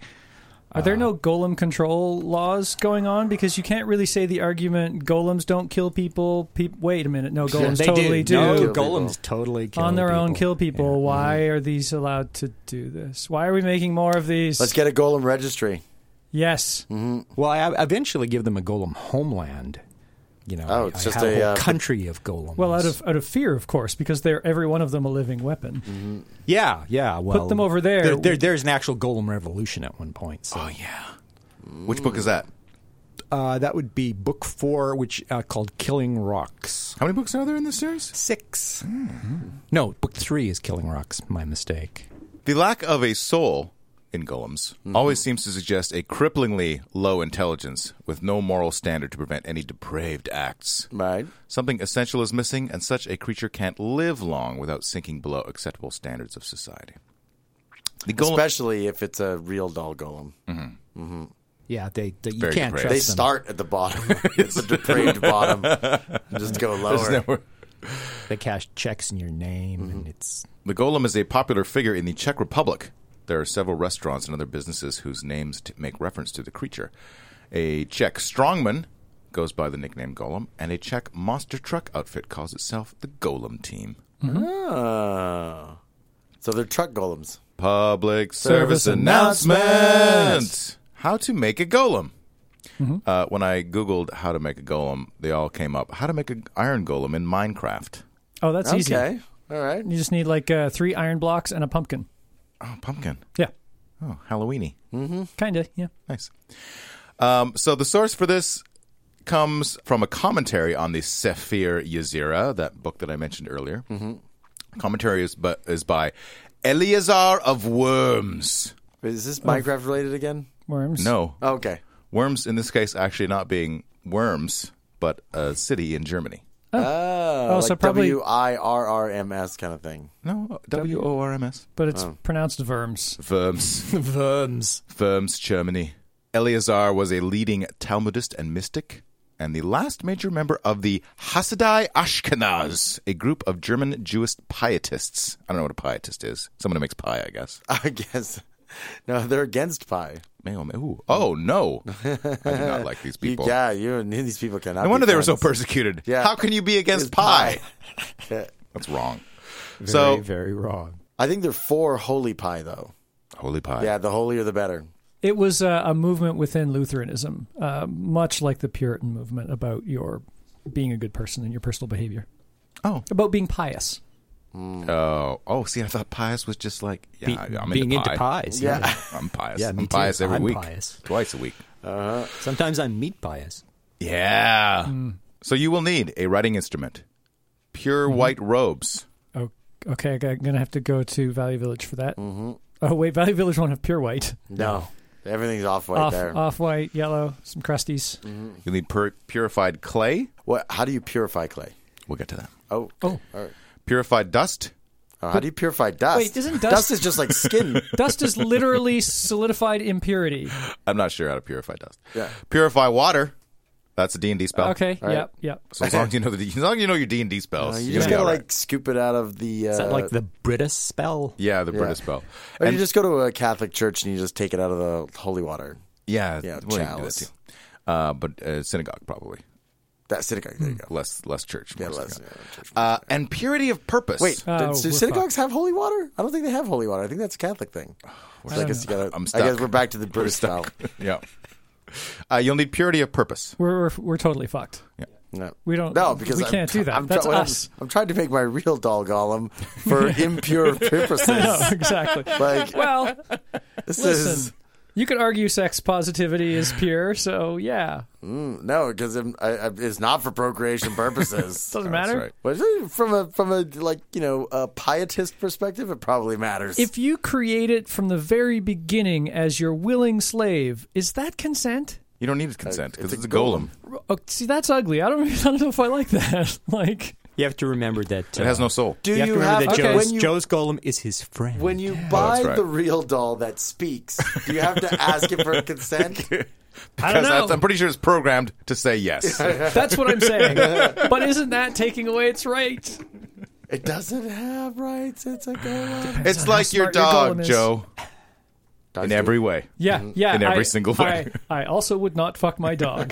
S3: Are there no golem control laws going on? Because you can't really say the argument golems don't kill people. Peop wait a minute, no golems
S2: they
S3: totally do.
S2: No,
S4: Kill
S2: golems
S4: people.
S2: totally kill
S3: on their
S2: people. Mm-hmm.
S3: own, kill people. Why are these allowed to do this? Why are we making more of these?
S4: Let's get a golem registry.
S3: yes,
S2: Well, I I eventually give them a golem homeland. You know,
S4: Oh,
S2: I-
S4: it's
S2: I
S4: just
S2: have a,
S4: a,
S2: whole
S4: uh,
S2: country of golems.
S3: well, out of out of fear, of course, because they're every one of them a living weapon.
S2: yeah, yeah. Well,
S3: them over there.
S2: there. There's an actual golem revolution at one point. So.
S5: Oh yeah.
S4: mm.
S5: Which book is that?
S2: Uh, that would be book four, which uh, called Killing Rocks.
S5: How many books are there in this series?
S2: 6
S4: Hmm.
S2: No, book three is Killing Rocks. My mistake.
S5: The lack of a soul in golems always seems to suggest a cripplingly low intelligence with no moral standard to prevent any depraved acts.
S4: Right.
S5: Something essential is missing, and such a creature can't live long without sinking below acceptable standards of society. The golem,
S4: Especially if it's a real doll golem.
S2: Yeah, they, they you
S5: Very
S2: can't
S5: depraved.
S2: trust
S4: They
S2: them.
S4: start at the bottom. it's a depraved bottom. Just go lower.
S2: They cash checks in your name,
S4: Mm-hmm.
S2: and it's
S5: the golem is a popular figure in the Czech Republic. There are several restaurants and other businesses whose names t- make reference to the creature. A Czech strongman goes by the nickname Golem, and a Czech monster truck outfit calls itself the Golem Team.
S4: Oh. So they're truck golems.
S5: Public service, announcement. How to make a golem. Uh, when I Googled how to make a golem, they all came up. How to make an iron golem in Minecraft.
S3: Oh, that's easy.
S4: Okay. All right.
S3: You just need like uh, three iron blocks and a pumpkin.
S5: Oh, pumpkin.
S3: Yeah,
S5: Oh, Halloweeny.
S3: kind of. Yeah.
S5: Nice. Um, so the source for this comes from a commentary on the Sefer Yazira, that book that I mentioned earlier. Mm-hmm. Commentary is, but, is by Eleazar of Worms.
S4: Is
S3: Oh.
S4: this Minecraft related again?
S3: Worms.
S5: No,
S4: Okay.
S5: Worms in this case actually not being worms, but a city in Germany.
S4: Oh,
S3: so probably-
S4: W I R R M S kind of thing.
S5: No, W O R M S.
S4: Oh.
S3: but it's pronounced verms.
S5: Worms.
S2: worms.
S5: Worms, Germany. Eleazar was a leading Talmudist and mystic, and the last major member of the Hasidai Ashkenaz, a group of German Jewish pietists. I don't know what a pietist is. Someone who makes pie, I guess.
S4: I guess. No, they're against pie.
S5: Ma'am, ooh. Oh, no. I do not like these people.
S4: You, yeah, you and these people cannot.
S5: No
S4: be
S5: wonder they were so
S4: friends.
S5: persecuted.
S4: Yeah.
S5: How can you be against
S4: It's
S5: pie?
S4: pie.
S5: That's wrong.
S2: Very,
S5: so,
S2: very wrong.
S4: I think they're for holy pie, though.
S5: holy pie.
S4: Yeah, the holier the better.
S3: It was uh, a movement within Lutheranism, uh, much like the Puritan movement about your being a good person and your personal behavior.
S5: Oh.
S3: About being pious.
S5: Oh, oh. See, I thought pious was just like yeah,
S2: Be-
S5: I- I'm
S2: being
S5: into,
S2: into
S5: pie.
S2: pies.
S4: Yeah.
S5: I'm pious.
S2: Yeah, me
S5: I'm pious
S2: too.
S5: every
S2: I'm
S5: week,
S2: pious.
S5: twice a week.
S2: Sometimes I'm meat bias.
S5: Yeah.
S2: Hmm.
S5: So you will need a writing instrument, pure
S2: Mm-hmm.
S5: white robes.
S3: Oh, okay, I'm going to have to go to Valley Village for that.
S4: Mm-hmm.
S3: Oh, wait, Valley Village won't have pure white.
S4: No, everything's off white
S3: off,
S4: there. Mm.
S3: off white, yellow, some crusties.
S5: You'll need pur- purified clay.
S4: What? How do you purify clay?
S5: We'll get to that.
S4: Oh,
S3: Oh,
S5: Purified dust.
S4: Uh, how do you purify dust?
S3: Wait, isn't dust-
S4: is just like skin?
S3: dust is literally solidified impurity.
S4: Oh.
S5: I'm not sure how to purify dust.
S4: Yeah.
S5: Purify water. That's a D&D spell.
S3: Okay, yep, yep.
S5: So as long as you know the D- as long as you know your D&D spells,
S4: Uh,
S5: you're
S4: you just gotta
S5: gonna be all right.
S4: like scoop it out of the. Uh,
S2: Is that like the Brita spell?
S5: yeah, the
S4: yeah.
S5: British spell.
S4: Or
S5: And-
S4: you just go to a Catholic church and you just take it out of the holy water.
S5: yeah,
S4: Yeah,
S5: well, you can do that
S4: chalice.
S5: too. Uh, but uh, synagogue probably.
S4: That synagogue. There you go.
S5: Less less church.
S4: Yeah,
S5: more
S4: less-
S5: Hmm. synagogue.
S4: yeah, church,
S5: Uh, and purity of purpose.
S4: Wait,
S3: Oh,
S4: do,
S3: we're
S4: do synagogues have holy water? I don't think they have holy water. I think that's a Catholic thing. So I
S3: don't
S4: guess
S3: know.
S4: you gotta.
S5: I'm
S4: I guess
S5: stuck.
S4: we're back to the British style.
S5: yeah. Uh, you'll need purity of purpose.
S3: We're, we're, we're totally fucked.
S4: No,
S3: We don't-
S4: No, because
S3: we
S4: I'm
S3: can't
S4: try-
S3: do that.
S4: I'm
S3: That's
S4: when I'm-
S3: us.
S4: I'm, trying to make my real doll golem for impure
S3: No,
S4: purposes.
S3: exactly.
S4: Like
S3: well,
S4: this is
S3: listen, you could argue sex positivity is pure, so yeah.
S4: no, because it's not for procreation purposes.
S3: Doesn't
S5: That's
S3: matter.
S5: right.
S4: But from a from a like you know a pietist perspective, it probably matters.
S3: If you create it from the very beginning as your willing slave, is that consent?
S5: You don't need consent because
S4: it's a
S5: it's, a golem.
S3: Oh, see, that's ugly. I don't, I don't know if I like that. like,
S2: You have to remember that.
S6: uh,
S5: It has no soul.
S4: do
S2: You have to remember that
S3: okay,
S2: Joe's,
S4: when you
S2: Joe's golem is his friend.
S4: when you buy
S5: right.
S4: the real doll that speaks? Do you have to ask it for consent?
S3: I don't
S5: Because that's-
S3: know.
S5: I'm pretty sure it's programmed to say yes.
S3: That's what I'm saying. but isn't that taking away its right?
S4: It doesn't have rights. It's a golem.
S5: it's like your
S3: smart your golem
S5: dog,
S3: is.
S5: Joe, in every way.
S3: Yeah, yeah.
S5: In every
S3: I-
S5: single way.
S3: I, I also would not fuck my dog.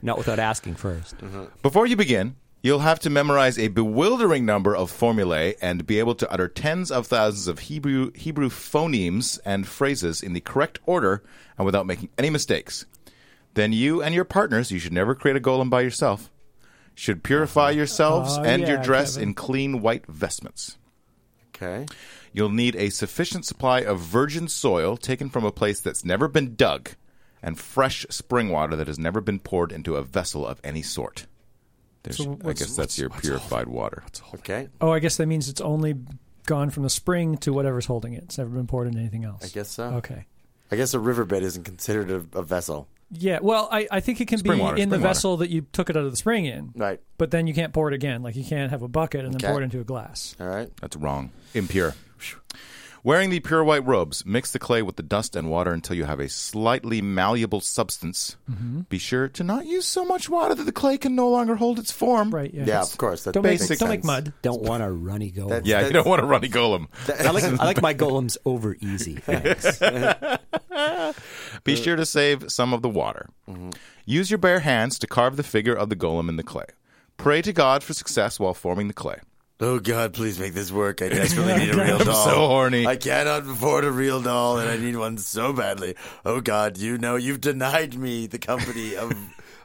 S2: Not without asking first.
S4: Mm-hmm.
S5: Before you begin, you'll have to memorize a bewildering number of formulae and be able to utter tens of thousands of Hebrew Hebrew phonemes and phrases in the correct order and without making any mistakes. Then you and your partners, you should never create a golem by yourself, should purify yourselves
S3: Oh,
S5: and your
S3: yeah,
S5: dress
S3: Kevin.
S5: in clean white vestments.
S4: Okay.
S5: You'll need a sufficient supply of virgin soil taken from a place that's never been dug and fresh spring water that has never been poured into a vessel of any sort. There's,
S3: So
S5: I
S3: what's-
S5: guess that's your purified water.
S4: Okay.
S3: oh, I guess that means it's only gone from the spring to whatever's holding it. It's never been poured in anything else.
S4: I guess so.
S3: Okay.
S4: I guess a riverbed isn't considered a, a vessel.
S3: Yeah, well, I, I think it can
S5: Spring
S3: be
S5: water,
S3: in the
S5: spring water.
S3: vessel that you took it out of the spring in,
S4: Right.
S3: but then you can't pour it again. Like you can't have a bucket and
S4: Okay.
S3: then pour it into a glass.
S4: All right.
S5: That's wrong. Impure. Wearing the pure white robes, mix the clay with the dust and water until you have a slightly malleable substance.
S3: Mm-hmm.
S5: Be sure to not use so much water that the clay can no longer hold its form.
S3: Right? Yeah.
S4: Yeah,
S3: that's-
S4: of course. That
S3: Don't make,
S4: makes
S3: don't make
S4: sense.
S3: mud.
S2: Don't want a runny golem.
S4: That's-
S5: Yeah, you don't want to run a golem.
S2: I like I like my golems over easy. Thanks.
S5: Be sure to save some of the water. Use your bare hands to carve the figure of the golem in the clay. Pray to God for success while forming the clay.
S4: Oh God, please make this work. I desperately need a real
S5: I'm
S4: doll.
S5: so horny.
S4: I cannot afford a real doll, and I need one so badly. Oh God, you know you've denied me the company of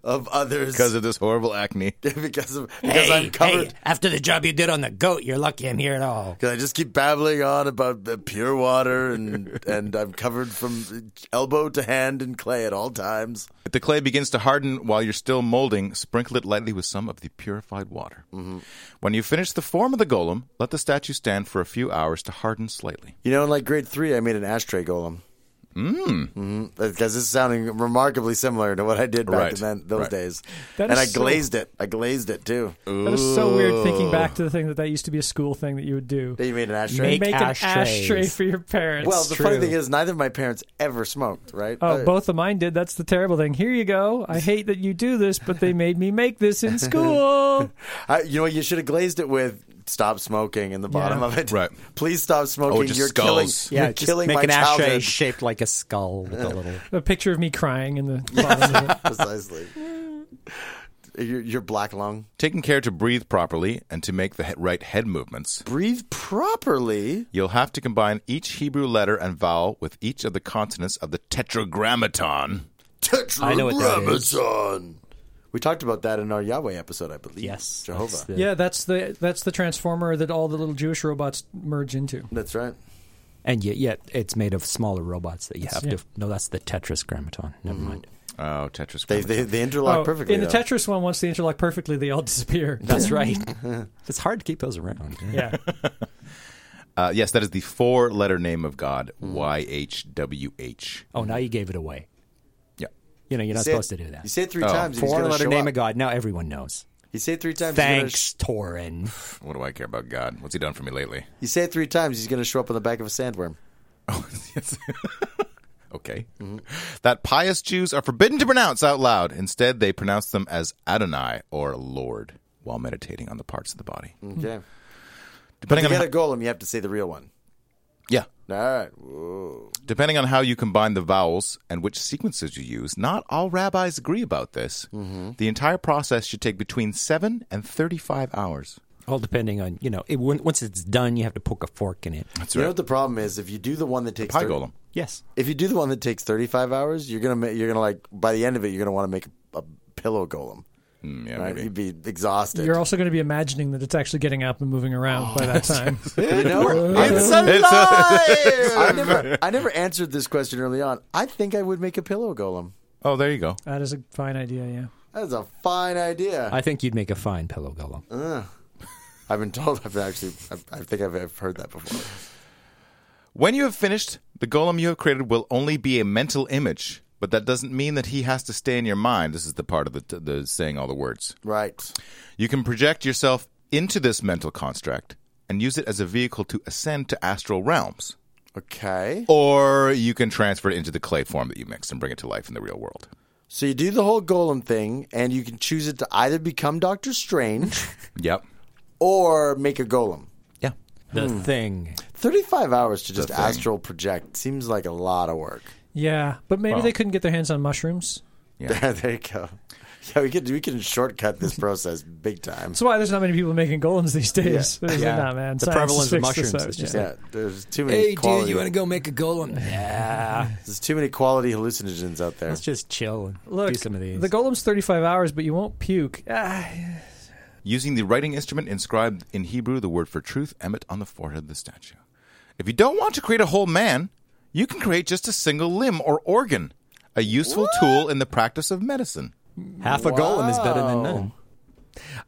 S4: of others
S5: Because of this horrible acne.
S4: because of because I'm covered.
S2: after the job you did on the goat, you're lucky I'm here at all.
S4: Because I just keep babbling on about the pure water, and and I'm covered from elbow to hand in clay at all times.
S5: If the clay begins to harden while you're still molding, sprinkle it lightly with some of the purified water. When you finish the form of the golem, let the statue stand for a few hours to harden slightly.
S4: You know, in like grade three, I made an ashtray golem.
S5: Mm.
S4: Mm-hmm. because this is sounding remarkably similar to what I did back
S5: Right.
S4: in then, those
S5: Right.
S4: days.
S3: That
S4: and
S3: is
S4: I
S3: so-
S4: glazed it. I glazed it too.
S3: That is so weird thinking back to the thing that that used to be a school thing that you would do.
S4: That you made an ashtray.
S3: You
S6: Make
S3: make
S6: ashtrays.
S3: an ashtray for your parents.
S4: well, the funny
S6: true.
S4: thing is, neither of my parents ever smoked. Right?
S3: Oh,
S4: Uh,
S3: both of mine did. That's the terrible thing. Here you go. I hate that you do this, but they made me make this in school.
S4: I, you know, what? you should have glazed it with "Stop smoking" in the bottom
S3: Yeah.
S4: of it.
S5: Right. Oh,
S4: Please stop smoking.
S5: just
S4: you're
S5: skulls.
S4: killing.
S6: Yeah,
S4: you're
S6: just
S4: killing
S6: make
S4: my
S6: an ashtray
S4: childhood.
S6: shaped like a skull with a little.
S3: a picture of me crying in the bottom of it.
S4: Precisely. your, your black lung.
S5: Taking care to breathe properly and to make the he- right head movements,
S4: Breathe properly.
S5: you'll have to combine each Hebrew letter and vowel with each of the consonants of the tetragrammaton.
S6: I know what that is.
S4: Tetragrammaton. We talked about that in our Yahweh episode, I believe.
S6: Yes,
S4: Jehovah.
S6: that's the-
S3: Yeah, that's the that's the transformer that all the little Jewish robots merge into.
S4: That's right.
S6: And yet, yet it's made of smaller robots that you have
S3: yeah.
S6: to. No, that's the Tetragrammaton. Never
S4: Mm-hmm.
S6: mind.
S5: Oh, tetragrammaton.
S4: They they, they interlock
S3: Oh,
S4: perfectly.
S3: in the
S4: though.
S3: Tetris one, once they interlock perfectly, they all disappear.
S6: That's right. it's hard to keep those around.
S3: yeah.
S5: Uh, yes, that is the four letter name of God, YHWH.
S6: Oh, now you gave it away.
S5: Yeah.
S6: You know, you're not
S4: Say
S6: supposed
S4: it,
S6: to do that.
S4: You say it
S5: Oh.
S4: three times. and he's
S6: Four
S4: gonna
S6: letter
S4: show
S6: name
S4: up.
S6: of God. Now everyone knows.
S4: You say it three times. he's gonna sh-
S6: Thanks, Torin.
S5: What do I care about God? What's he done for me lately?
S4: you say it three times. He's going to show up on the back of a sandworm.
S5: Yes. okay.
S4: Mm-hmm.
S5: That pious Jews are forbidden to pronounce out loud. Instead, they pronounce them as Adonai or Lord while meditating on the parts of the body.
S4: Okay.
S5: Depending
S4: You
S5: on
S4: got a
S5: how-
S4: golem. You have to say the real one.
S5: yeah,
S4: All right. Whoa.
S5: depending on how you combine the vowels and which sequences you use, not all rabbis agree about this.
S4: Mm-hmm.
S5: The entire process should take between seven and thirty-five hours.
S6: All depending on you know. It, when, once it's done, you have to poke a fork in it.
S5: That's
S4: You know
S5: right.
S4: what the problem is? If you do the one that takes
S5: Pie
S4: thir-
S5: golem.
S6: Yes.
S4: if you do the one that takes thirty five hours, you're gonna ma- you're gonna like by the end of it, you're gonna want to make a, a pillow golem.
S5: Mm, yeah,
S4: Right?
S5: maybe.
S4: You'd be exhausted.
S3: You're also going to be imagining that it's actually getting up and moving
S6: Oh,
S3: around by that time.
S4: You know?
S5: It's a-
S4: I never I never answered this question early on. I think I would make a pillow golem.
S5: oh, there you go.
S3: that is a fine idea. Yeah.
S4: That's a fine idea.
S6: I think you'd make a fine pillow golem.
S4: I've been told I've actually I've, I think I've, I've heard that before.
S5: When you have finished, the golem you have created will only be a mental image, but that doesn't mean that he has to stay in your mind. This is the part of the, the saying all the words.
S4: Right.
S5: You can project yourself into this mental construct and use it as a vehicle to ascend to astral realms,
S4: Okay.
S5: or you can transfer it into the clay form that you mixed and bring it to life in the real world.
S4: So you do the whole golem thing, and you can choose it to either become Doctor Strange
S5: Yep.
S4: or make a golem.
S6: Yeah. The thing.
S4: Thirty-five hours to just
S5: thing.
S4: astral project seems like a lot of work.
S3: Yeah, but maybe they couldn't get their hands on mushrooms.
S4: there you go. Yeah, we could we can shortcut this process big time.
S3: That's why there's not many people making golems these days. There's
S6: Yeah.
S3: not, man.
S6: The
S3: Science has
S6: prevalence of
S3: fixed this
S6: mushrooms
S3: out,
S6: is just
S3: yeah.
S4: Yeah, there's too many. quality,
S6: go make a golem? Yeah.
S4: There's too many quality hallucinogens out there.
S6: Let's just chill and
S3: Look,
S6: do some of these.
S3: the golem's 35 hours, but you won't puke. Ah,
S5: Using the writing instrument inscribed in Hebrew, the word for truth, emet on the forehead of the statue. If you don't want to create a whole man, you can create just a single limb or organ, a useful tool in the practice of medicine.
S6: Half a golem is better than none.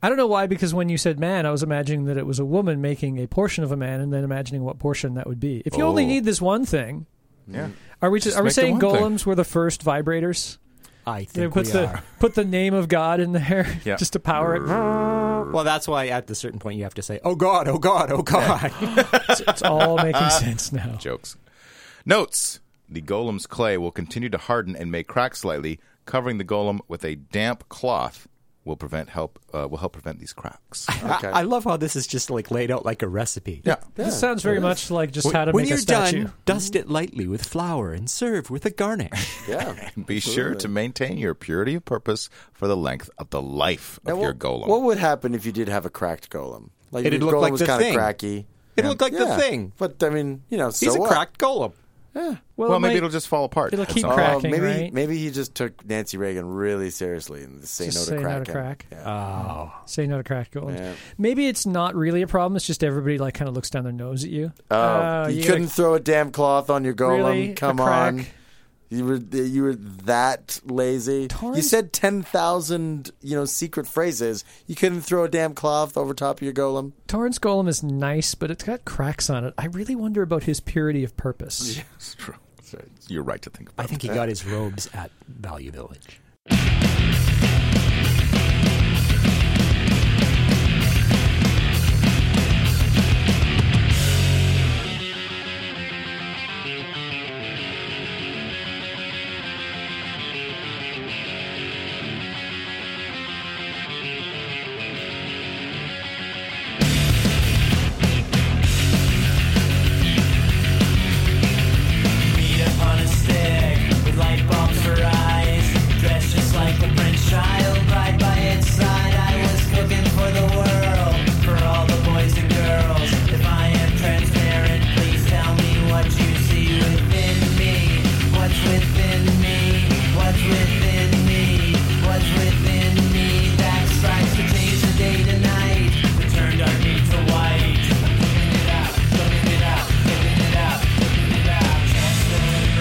S3: I don't know why, because when you said man, I was imagining that it was a woman making a portion of a man, and then imagining what portion that would be. If you only
S5: Oh.
S3: need this one thing,
S5: Yeah.
S3: are we
S5: Just
S3: are we
S5: make the
S3: saying
S5: one thing.
S3: golems were the first vibrators?
S6: I
S3: They
S6: think
S3: put
S6: we
S3: the
S6: are.
S3: put the name of God in there
S5: Yeah.
S3: just to power it.
S6: Well, that's why at a certain point you have to say, "Oh God, oh God, oh God."
S3: It's all making sense now.
S5: Jokes. Notes. The golem's clay will continue to harden and may crack slightly. Covering the golem with a damp cloth will prevent help uh, will help prevent these cracks.
S4: Okay.
S6: I, I love how this is just like laid out like a recipe.
S5: yeah.
S3: This sounds very much like just how to
S6: When
S3: make
S6: you're
S3: a statue.
S6: done, dust it lightly with flour and serve with a garnish.
S4: yeah.
S5: Be sure to maintain your purity of purpose for the length of the life
S4: Now,
S5: of your
S4: what,
S5: golem.
S4: What would happen if you did have a cracked golem? Like
S6: It'd
S4: your
S6: look
S4: golem
S6: like
S4: was
S6: the
S4: kind
S6: thing.
S4: of cracky.
S6: It looked like the
S4: Yeah.
S6: thing.
S4: But I mean, you know,
S6: He's
S4: so
S6: a
S4: what?
S6: cracked golem.
S3: well,
S5: well,
S3: it
S5: maybe
S3: might-
S5: it'll just fall apart.
S3: it'll
S5: at
S3: keep
S5: some point.
S3: cracking.
S4: Oh, maybe
S3: right?
S4: maybe he just took Nancy Reagan really seriously and say no
S3: Just
S4: to
S3: say
S4: crack.
S3: no to crack. Oh.
S4: Yeah.
S3: Say no to crack golems.
S4: Yeah.
S3: Maybe it's not really a problem. It's just everybody like kind of looks down their nose at you.
S4: Oh,
S3: Uh,
S4: you,
S3: you
S4: couldn't
S3: gotta-
S4: throw a damn cloth on your golem.
S3: Really? A
S4: Come
S3: crack?
S4: on. You were you were that lazy. You
S3: Torrance-
S4: said ten thousand, you know, secret phrases. You couldn't throw a damn cloth over top of your golem.
S3: Torrance Golem is nice, but it's got cracks on it. I really wonder about his purity of purpose.
S5: It's true. You're right to think about.
S6: I think he got his robes at Value Village.
S7: Beat up on a stick with light bulbs for eyes. Dressed just like a French child, right by its side. I was looking for the world, for all the boys and girls. If I am transparent, please tell me what you see within me. What's within me? What's within me? What's within me? That strikes to change the day to night. Return dark meat to white. I'm Looking it up, looking it up, looking it up, looking it up.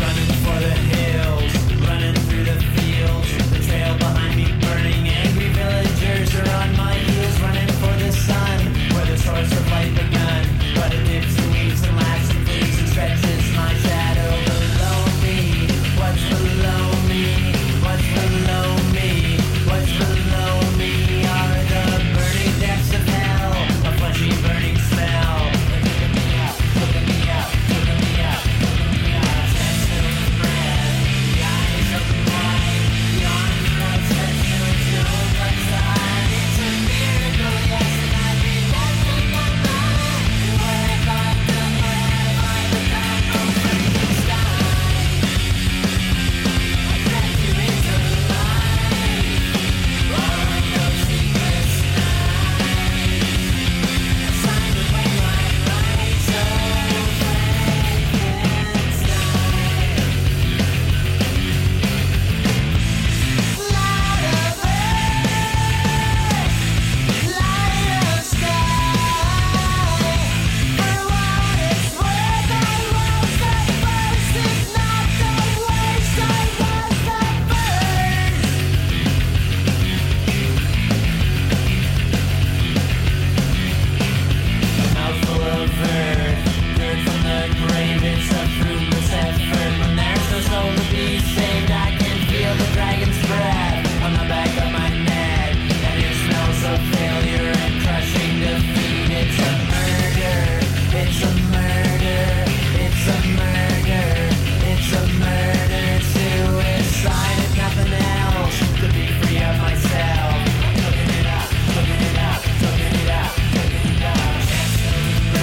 S7: Running for the hills, running through the fields. The trail behind me burning. Angry villagers are on my heels, running for the sun, where the source of light begun. But it dips and weaves and laughs and bleeds and stretches my shadow below me. What's below me? What's below me? What's below me? Are the burning depths of hell? A fleshy burning smell. Look at me out, look at me out, look at me out, look at me out. It's a murder, it's a murder, it's a murder, suicide, if nothing else, to be free of myself. Looking it up, looking it up, looking it up, looking it up.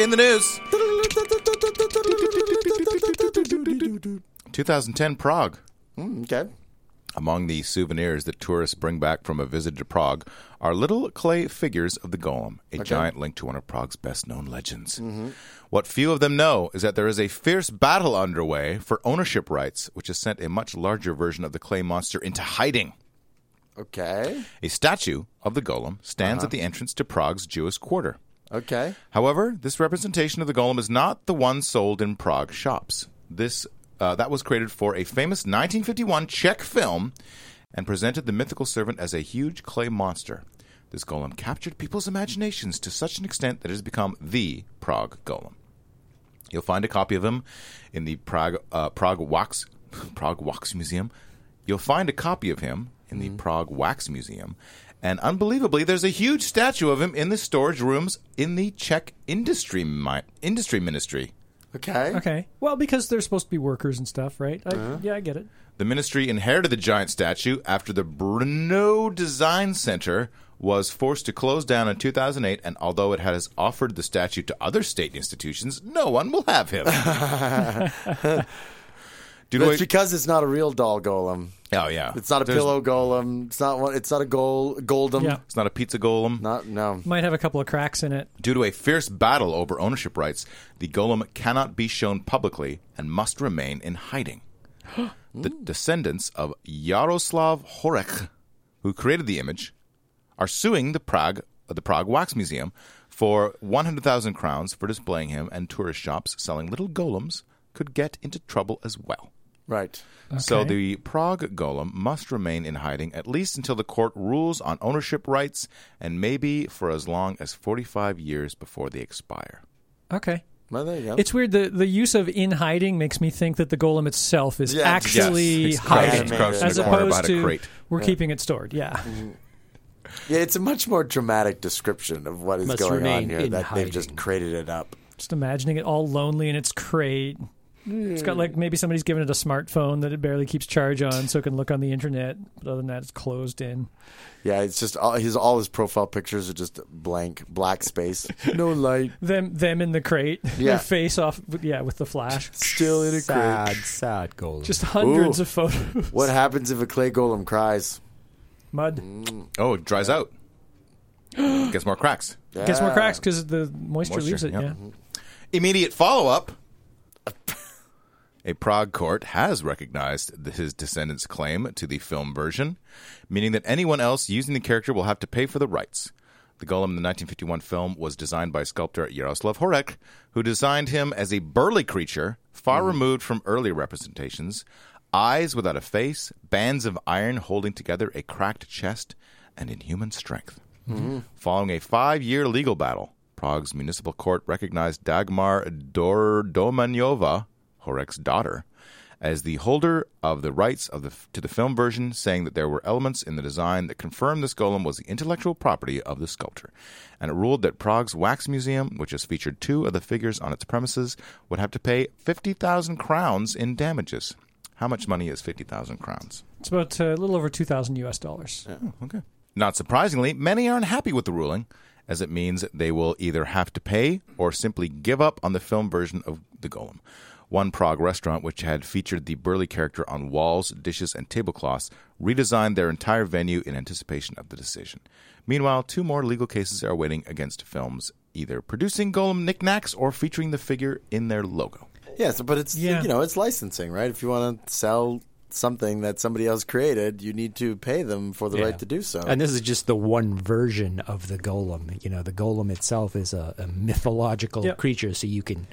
S5: In the news. 2010 Prague.
S4: Mm, okay.
S5: Among the souvenirs that tourists bring back from a visit to Prague are little clay figures of the golem, a giant linked to one of Prague's best known legends. What few of them know is that there is a fierce battle underway for ownership rights, which has sent a much larger version of the clay monster into hiding.
S4: Okay.
S5: A statue of the golem stands at the entrance to Prague's Jewish quarter.
S4: Okay.
S5: However, this representation of the golem is not the one sold in Prague shops. This uh, that was created for a famous 1951 Czech film and presented the mythical servant as a huge clay monster. This golem captured people's imaginations to such an extent that it has become the Prague golem. You'll find a copy of him in the Prague uh, Prague Wax Prague Wax Museum You'll find a copy of him in the Prague Wax Museum. And unbelievably, there's a huge statue of him in the storage rooms in the Czech Industry mi- Industry Ministry.
S4: Okay.
S3: Okay. Well, because they're supposed to be workers and stuff, right? I,
S5: Uh-huh.
S3: Yeah, I get it.
S5: The ministry inherited the giant statue after the Brno Design Center was forced to close down in 2008, and although it has offered the statue to other state institutions, no one will have him. Dude,
S4: That's
S5: wait-
S4: because it's not a real doll golem.
S5: oh yeah,
S4: It's not a
S5: There's-
S4: pillow golem. It's not one. It's not a gold goldem.
S3: Yeah.
S5: It's not a pizza golem.
S4: Not no.
S3: Might have a couple of cracks in it.
S5: Due to a fierce battle over ownership rights, the golem cannot be shown publicly and must remain in hiding. the descendants of Yaroslav Horek, who created the image, are suing the Prague the Prague Wax Museum for 100,000 crowns for displaying him, and tourist shops selling little golems could get into trouble as well.
S4: Right.
S5: So
S3: Okay.
S5: the Prague golem must remain in hiding at least until the court rules on ownership rights and maybe for as long as 45 years before they expire.
S3: Okay.
S5: Oh.
S4: Well, there you go.
S3: It's weird. The the use of in hiding makes me think that the golem itself is
S4: Yeah, it's-
S3: actually
S5: Yes, it's crouched-
S3: hiding,
S5: it's crouched in
S3: as
S5: the corner
S3: opposed
S5: behind a
S3: to
S5: crate. Mm-hmm.
S3: we're keeping it stored. Yeah.
S4: yeah, it's a much more dramatic description of what is
S6: Must
S4: going on
S6: remain
S4: here
S6: in
S4: that they've just
S6: hiding.
S4: created it up.
S3: Just imagining it all lonely in its crate. It's
S5: Mm.
S3: got like maybe somebody's given it a smartphone that it barely keeps charge on, so it can look on the internet. But other than that, it's closed in.
S4: Yeah, it's just all his all his profile pictures are just blank, black space, no light,
S3: Them them in the crate.
S4: Yeah.
S3: Their face off. Yeah, with the flash.
S4: still in a crate.
S6: Sad, sad golem.
S3: Just hundreds
S4: Ooh.
S3: of photos.
S4: What happens if a clay golem cries?
S3: Mud.
S4: Mm,
S5: Oh, it dries out. Gets more cracks.
S3: Gets more
S4: Yeah.
S3: cracks because the moisture,
S5: Moisture,
S3: leaves it.
S5: yeah.
S3: Yeah.
S5: Immediate follow up. A Prague court has recognized th- his descendants' claim to the film version, meaning that anyone else using the character will have to pay for the rights. The golem in the 1951 film was designed by sculptor Yaroslav Horek, who designed him as a burly creature, far removed from earlier representations, eyes without a face, bands of iron holding together a cracked chest, and inhuman strength. Following a five year legal battle, Prague's municipal court recognized Dagmar Dor- Domaniova, Horek's daughter, as the holder of the rights of the, to the film version, saying that there were elements in the design that confirmed this golem was the intellectual property of the sculptor. And it ruled that Prague's Wax Museum, which has featured two of the figures on its premises, would have to pay 50,000 crowns in damages. How much money is 50,000 crowns?
S3: It's about uh, a little over two thousand U.S. dollars.
S5: Okay. Not surprisingly, many are unhappy with the ruling, as it means they will either have to pay or simply give up on the film version of The Golem. One Prague restaurant, which had featured the burly character on walls, dishes, and tablecloths, redesigned their entire venue in anticipation of the decision. Meanwhile, two more legal cases are waiting against films either producing Golem knickknacks or featuring the figure in their logo.
S4: Yeah, so, but it's
S3: Yeah.
S4: you know it's licensing, right? If you want to sell something that somebody else created, you need to pay them for the
S6: Yeah.
S4: right to do so.
S6: And this is just the one version of the golem. You know, the golem itself is a, a mythological
S3: Yep.
S6: creature, so you can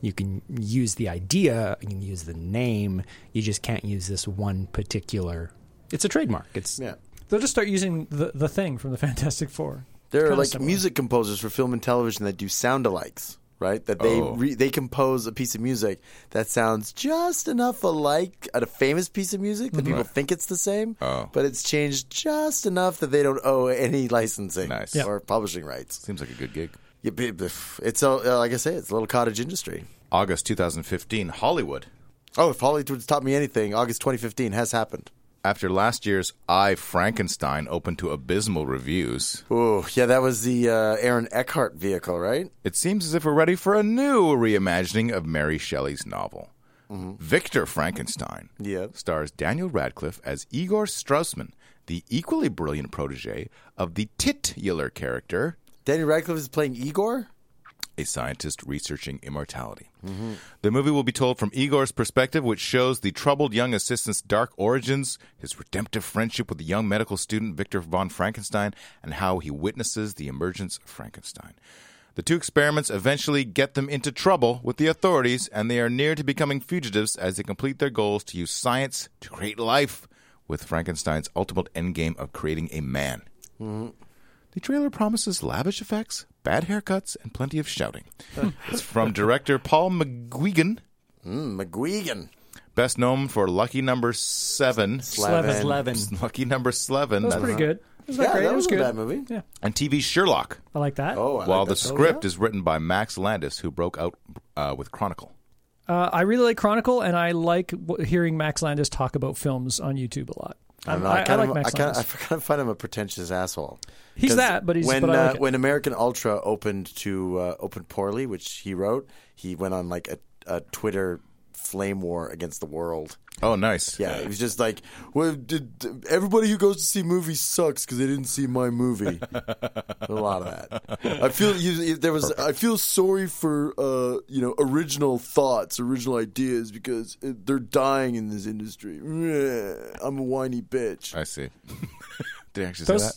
S6: you can use the idea, you can use the name. You just can't use this one particular. It's a trademark. It's
S4: yeah.
S3: They'll just start using the the thing from the Fantastic Four.
S4: There are
S3: Kinda
S4: like
S3: similar.
S4: music composers for film and television that do sound alikes, right? That they
S5: Oh.
S4: re- they compose a piece of music that sounds just enough alike at a famous piece of music that people think it's the same,
S5: Mm-hmm. Oh.
S4: but it's changed just enough that they don't owe any licensing
S5: Nice. Yep.
S4: or publishing rights.
S5: Seems like a good gig.
S4: You be- bef- It's a, uh, like I say, it's a little cottage industry.
S5: August 2015, Hollywood.
S4: Oh, if Hollywood's taught me anything, August 2015 has happened.
S5: After last year's I Frankenstein opened to abysmal reviews,
S4: Oh, yeah, that was the uh, Aaron Eckhart vehicle, right?
S5: It seems as if we're ready for a new reimagining of Mary Shelley's novel. Victor Frankenstein
S4: Yeah.
S5: stars Daniel Radcliffe as Igor Straussman, the equally brilliant protege of the titular character,
S4: Danny Radcliffe is playing Igor.
S5: a scientist researching immortality. The movie will be told from Igor's perspective, which shows the troubled young assistant's dark origins, his redemptive friendship with the young medical student Victor von Frankenstein, and how he witnesses the emergence of Frankenstein. The two experiments eventually get them into trouble with the authorities, and they are near to becoming fugitives as they complete their goals to use science to create life, with Frankenstein's ultimate endgame of creating a man. The trailer promises lavish effects, bad haircuts, and plenty of shouting. it's from director Paul McGuigan,
S4: Mm, Hmm, McGuigan.
S5: Best known for Lucky Number Seven,
S4: Slevin.
S6: Eleven.
S5: Lucky Number Eleven,
S3: That was pretty good. It was not
S4: Yeah,
S3: great.
S4: that
S3: it
S4: was
S3: was
S4: a
S3: good.
S4: bad movie.
S3: Yeah,
S5: and TV Sherlock.
S3: I like that.
S4: Oh, I like
S5: while the
S4: that.
S5: script is written by Max Landis, who broke out uh, with Chronicle.
S3: Uh, I really like Chronicle, and I like w- hearing Max Landis talk about films on YouTube a lot.
S4: I, don't know,
S3: I-
S4: I,
S3: I
S4: kind
S3: like
S4: of,
S3: Max
S4: I kind of, I
S3: Landis.
S4: kind of find him a pretentious asshole.
S3: He's
S4: 'Cause
S3: that, but he's
S4: when
S3: but I
S4: uh,
S3: like it.
S4: when American Ultra opened to uh, opened poorly, which he wrote, he went on like a, a Twitter flame war against the world.
S5: Oh, nice.
S4: Yeah, he was just like, well, did, everybody who goes to see movies sucks because they didn't see my movie. a lot of that. I feel you, there was. I feel sorry for uh, you know original thoughts, original ideas because uh, they're dying in this industry. I'm a whiny bitch.
S5: I see. Did he actually say that?
S3: Those-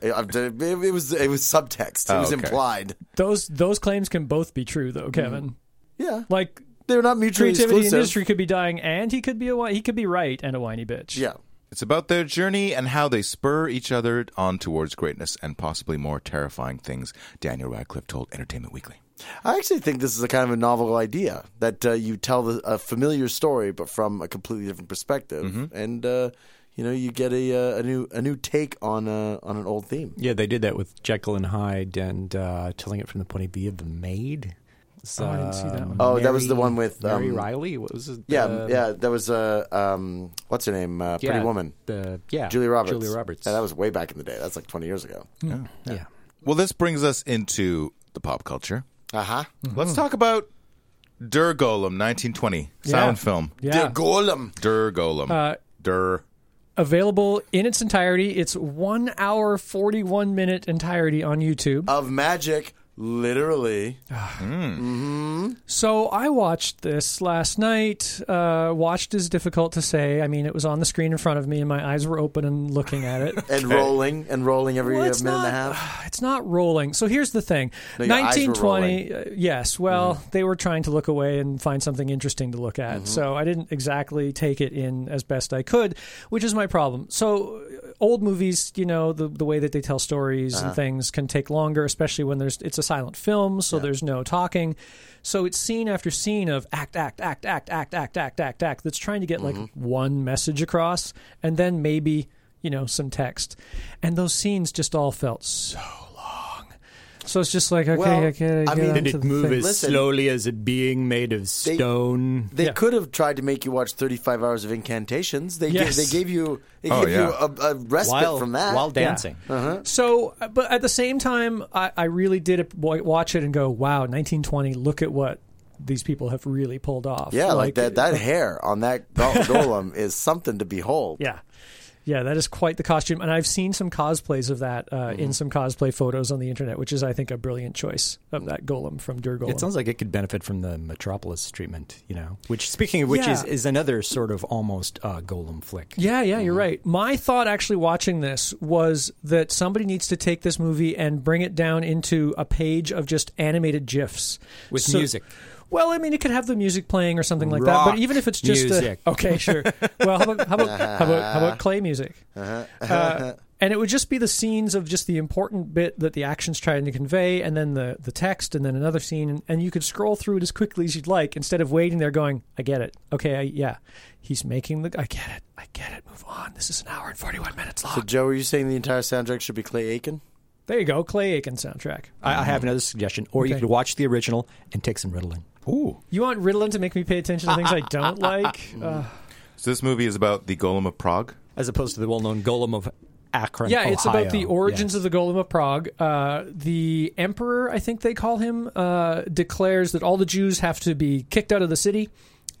S4: It, it- it was it was subtext. It
S5: Oh,
S4: was
S5: okay.
S4: implied.
S3: Those those claims can both be true,
S4: Mm-hmm.
S3: though, Kevin.
S4: Yeah,
S3: Like
S4: they're not mutually
S3: creativity in the
S4: exclusive.
S3: industry could be dying, and he could be a whi- he could be right and a whiny bitch.
S4: Yeah,
S5: It's about their journey and how they spur each other on towards greatness and possibly more terrifying things. Daniel Radcliffe told Entertainment Weekly.
S4: I actually think this is a kind of a novel idea that uh, you tell the, a familiar story but from a completely different perspective,
S6: Mm-hmm.
S4: and uh, you know you get a, uh, a new a new take on a, on an old theme.
S6: Yeah, they did that with Jekyll and Hyde and uh, telling it from the point of view of the maid. So,
S3: Oh, I didn't see that one.
S4: Oh, that was the one with,
S6: Mary
S4: um,
S6: Riley. What was it?
S4: Yeah,
S6: The-
S4: yeah. There was a um, what's her name? Uh,
S6: yeah,
S4: Pretty Woman,
S6: The yeah,
S4: Julia Roberts.
S6: Julia Roberts. Mm.
S4: Yeah, that was way back in the day. That's like twenty years ago.
S6: yeah.
S5: Well, this brings us into the pop culture.
S4: Uh huh.
S5: Let's talk about Der Golem, 1920, sound film.
S3: Yeah.
S4: Golem.
S5: Der Golem.
S3: Uh,
S5: Der.
S3: Available in its entirety. It's one hour forty one minute entirety on YouTube.
S4: of magic, literally.
S3: So I watched this last night. Uh, watched is difficult to say. I mean, it was on the screen in front of me, and my eyes were open and looking at it.
S4: And rolling and rolling every
S3: Well,
S4: uh,
S3: it's
S4: minute and a
S3: not-
S4: half.
S3: It's not rolling. So here's the thing.
S4: No, your eyes were Mm-hmm.
S3: 1920. uh, yes. Well, they were trying to look away and find something interesting to look at. So I didn't exactly take it in as best I could, which is my problem. So uh, old movies, you know, the the way that they tell stories
S4: Uh-huh.
S3: and things can take longer, especially when there's it's a silent film, so there's no talking. So it's scene after scene of act, act, act, act, act, act, act, act, act. That's trying to get like
S4: Mm-hmm.
S3: one message across, and then maybe you know some text, and those scenes just all felt so long. So it's just like okay,
S4: Well,
S3: okay,
S4: I
S3: I
S4: mean, did
S3: mean,
S6: Did
S3: to
S6: it
S3: the
S6: move
S3: thing.
S6: as
S4: Listen.
S6: slowly as a being made of stone?
S4: They
S3: Yeah.
S4: could have tried to make you watch 35 hours of incantations. They, gave,
S3: Yes.
S4: they gave you they
S5: Oh,
S4: gave
S5: yeah.
S4: you a, a respite
S6: while
S4: from that. Oh.
S6: while dancing.
S3: So, uh, but at the same time, I, I really did wa- watch it and go, wow, 1920. Look at what these people have really pulled off.
S4: yeah, like, that that hair on that go- golem is something to behold.
S3: Yeah. Yeah, that is quite the costume. And I've seen some cosplays of that uh,
S4: Mm-hmm.
S3: in some cosplay photos on the internet, which is, I think, a brilliant choice of that golem from Der Golem.
S6: It sounds like it could benefit from the Metropolis treatment, you know. Which, speaking of which, is,
S3: Yeah.
S6: is another sort of almost uh, golem flick.
S3: yeah, yeah,
S4: Mm-hmm.
S3: you're right. My thought actually watching this was that somebody needs to take this movie and bring it down into a page of just animated GIFs
S6: With
S3: So-
S6: music.
S3: Well, I mean, it could have the music playing or something like that.
S6: Rock
S3: But even if it's just
S6: music.
S3: A, okay, sure. Well, how about how about, how about how about clay music?
S6: Uh-huh.
S3: Uh, and it would just be the scenes of just the important bit that the action's trying to convey, and then the the text, and then another scene, and, and you could scroll through it as quickly as you'd like instead of waiting there going, "I get it. Okay, I, yeah, he's making the. I get it. I get it. Move on. This is an hour and forty one minutes long.
S4: So, Joe, were you saying the entire soundtrack should be Clay Aiken?
S3: there you go, Clay Aiken soundtrack.
S6: I, I
S4: Mm-hmm.
S6: have another suggestion, or you
S3: Okay.
S6: could watch the original and take some Ritalin.
S5: Ooh.
S3: You want Ritalin to make me pay attention to things I don't like? Ugh.
S5: So this movie is about the Golem of Prague.
S6: as opposed to the well-known golem of Akron.
S3: Yeah, it's about the origins of the Golem of Prague. Uh, the emperor, I think they call him, uh, declares that all the Jews have to be kicked out of the city.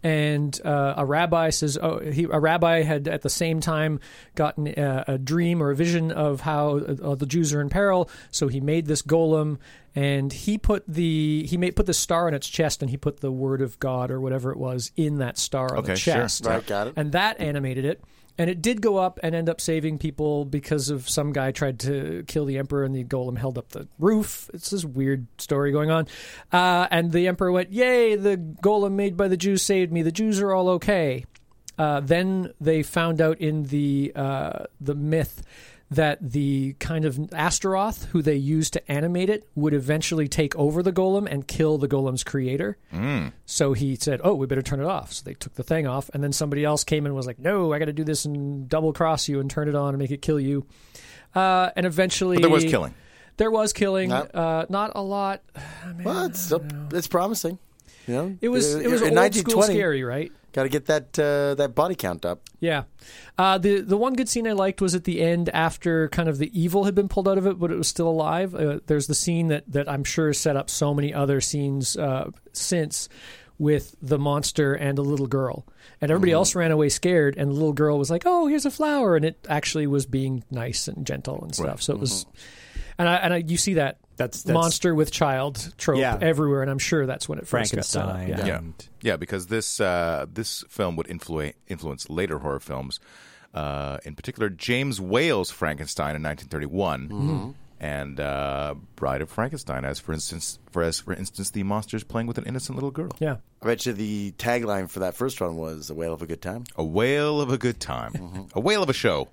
S3: And uh, a rabbi says, oh, he, a rabbi had at the same time gotten uh, a, a dream or a vision of how uh, the Jews are in peril. So he made this golem, and he put the he made, put the star on its chest, and he put the word of God or whatever it was in that star on
S5: Okay,
S3: the
S5: sure.
S3: chest
S4: Right, got it.
S3: and that animated it and it did go up and end up saving people because of some guy tried to kill the emperor and the golem held up the roof it's this weird story going on uh, and the emperor went yay the golem made by the jews saved me the jews are all okay uh, then they found out in the uh, the myth that the kind of Astaroth who they used to animate it would eventually take over the golem and kill the golem's creator. So he said, "Oh, we better turn it off." So they took the thing off, and then somebody else came and was like, "No, I got to do this and double cross you and turn it on and make it kill you." Uh, and eventually,
S5: But there was killing.
S3: There was killing.
S4: Yep.
S3: Uh, not a lot.
S4: Well, it's still, it's promising. You know,
S3: It was
S4: Uh,
S3: it was
S4: in
S3: old school
S4: 1920,
S3: scary, right?
S4: Got to get that uh, that body count up.
S3: Yeah. Uh, the the one good scene I liked was at the end after kind of the evil had been pulled out of it, but it was still alive. Uh, there's the scene that, that I'm sure set up so many other scenes uh, since with the monster and the little girl. And
S2: Mm-hmm.
S3: everybody else ran away scared, and the little girl was like, oh, here's a flower. And it actually was being nice and gentle and stuff. So it was. And I, and I, you see that
S2: Mm-hmm. That's- that's-
S3: monster with child trope
S2: Yeah.
S3: everywhere, and I'm sure that's when it first got set up.
S2: Frankenstein.
S3: Yeah.
S5: Yeah,
S2: And-
S5: yeah, because this uh, this film would influ- influence later horror films, uh, in particular James Whale's Frankenstein in 1931,
S3: Mm-hmm.
S5: and uh, Bride of Frankenstein, as for instance, for as for instance, the monsters playing with an innocent little girl.
S3: yeah.
S4: I bet you the tagline for that first one was "A whale of a good time."
S5: A whale of a good time. A whale of a show.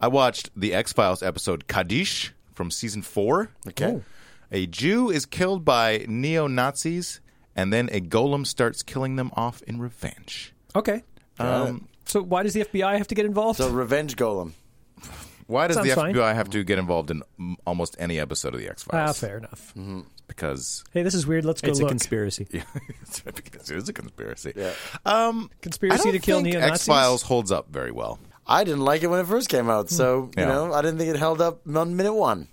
S5: I watched the X Files episode Kaddish from season four.
S4: Okay.
S3: Oh.
S5: A Jew is killed by neo Nazis, and then a golem starts killing them off in revenge.
S3: Okay.
S5: Um,
S3: So why does the FBI have to get involved?
S4: So revenge golem.
S5: why does the
S3: Sounds
S5: FBI
S3: fine.
S5: have to get involved in mm, almost any episode of the X
S3: Ah,
S5: Files?
S3: fair enough.
S5: Because
S3: Hey, this is weird. Let's go
S2: it's a
S3: look.
S2: conspiracy.
S5: it's because it is a conspiracy. I
S3: conspiracy
S5: don't
S3: to kill
S5: think
S3: neo
S5: X Files holds up very well.
S4: I didn't like it when it first came out, so
S5: Yeah.
S4: you know I didn't think it held up on minute one.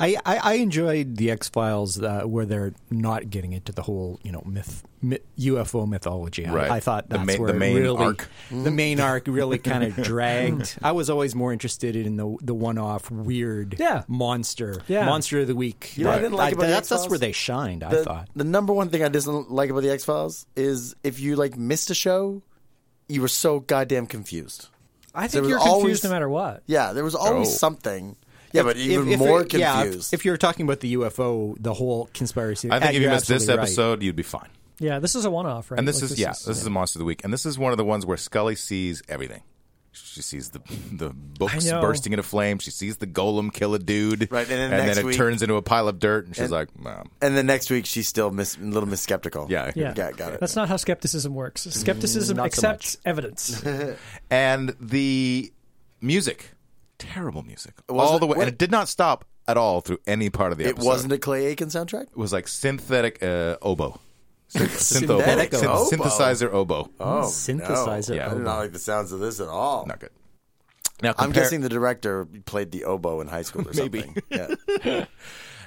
S2: I, I, I enjoyed the X Files uh, where they're not getting into the whole you know myth, myth UFO mythology. I-
S5: Right.
S2: I, thought
S5: The
S2: that's
S5: main-
S2: where
S5: the main
S2: it really,
S5: arc.
S2: the main arc really kind of dragged. I was always more interested in the the one off weird
S3: Yeah.
S2: monster
S3: Yeah.
S2: monster of the week.
S4: You know what I didn't like
S2: I-
S4: about the
S2: that's that's
S4: X-Files?
S2: where they shined. I
S4: The,
S2: thought.
S4: the number one thing I didn't like about the X Files is if you like missed a show, you were so goddamn confused.
S3: I
S4: There
S3: think
S4: was
S3: you're confused
S4: always-
S3: no matter what.
S4: Yeah, there was always
S5: Oh.
S4: something. Yeah, but even
S2: If- if
S4: more
S2: it- yeah, if-
S4: confused.
S2: if, you're talking about the UFO, the whole conspiracy.
S5: I think if you
S2: you're
S5: missed this
S2: absolutely right.
S5: episode, you'd be fine.
S3: Yeah, this is a one-off, right?
S5: And this
S3: Like,
S5: is yeah, this is a monster of the week, and this is one of the ones where Scully sees everything. She sees the the books
S3: I know.
S5: bursting into flame. She sees the golem kill a dude,
S4: Right, and then next
S5: it
S4: week-
S5: turns into a pile of dirt, and she's like, Mom.
S4: and then next week she's still miss, a little miss skeptical.
S5: Yeah.
S3: Yeah.
S4: Got- got it.
S3: That's not how skepticism works. Skepticism
S2: not so
S3: accepts evidence.
S5: And the music, terrible music,
S4: wasn't-
S5: all the way,
S4: what-
S5: and it did not stop at all through any part of the
S4: It
S5: episode.
S4: wasn't a Clay Aiken soundtrack.
S5: It was like synthetic uh, oboe, Synth- synth oboe,
S4: Synthetic
S5: Synth-
S4: oboe.
S5: synthesizer oboe.
S4: Oh,
S2: synthesizer.
S5: Yeah.
S4: I do not like the sounds of this at all.
S5: Not good. Now
S4: I'm
S5: compare-
S4: guessing the director played the oboe in high school or
S5: Maybe.
S4: something. Yeah.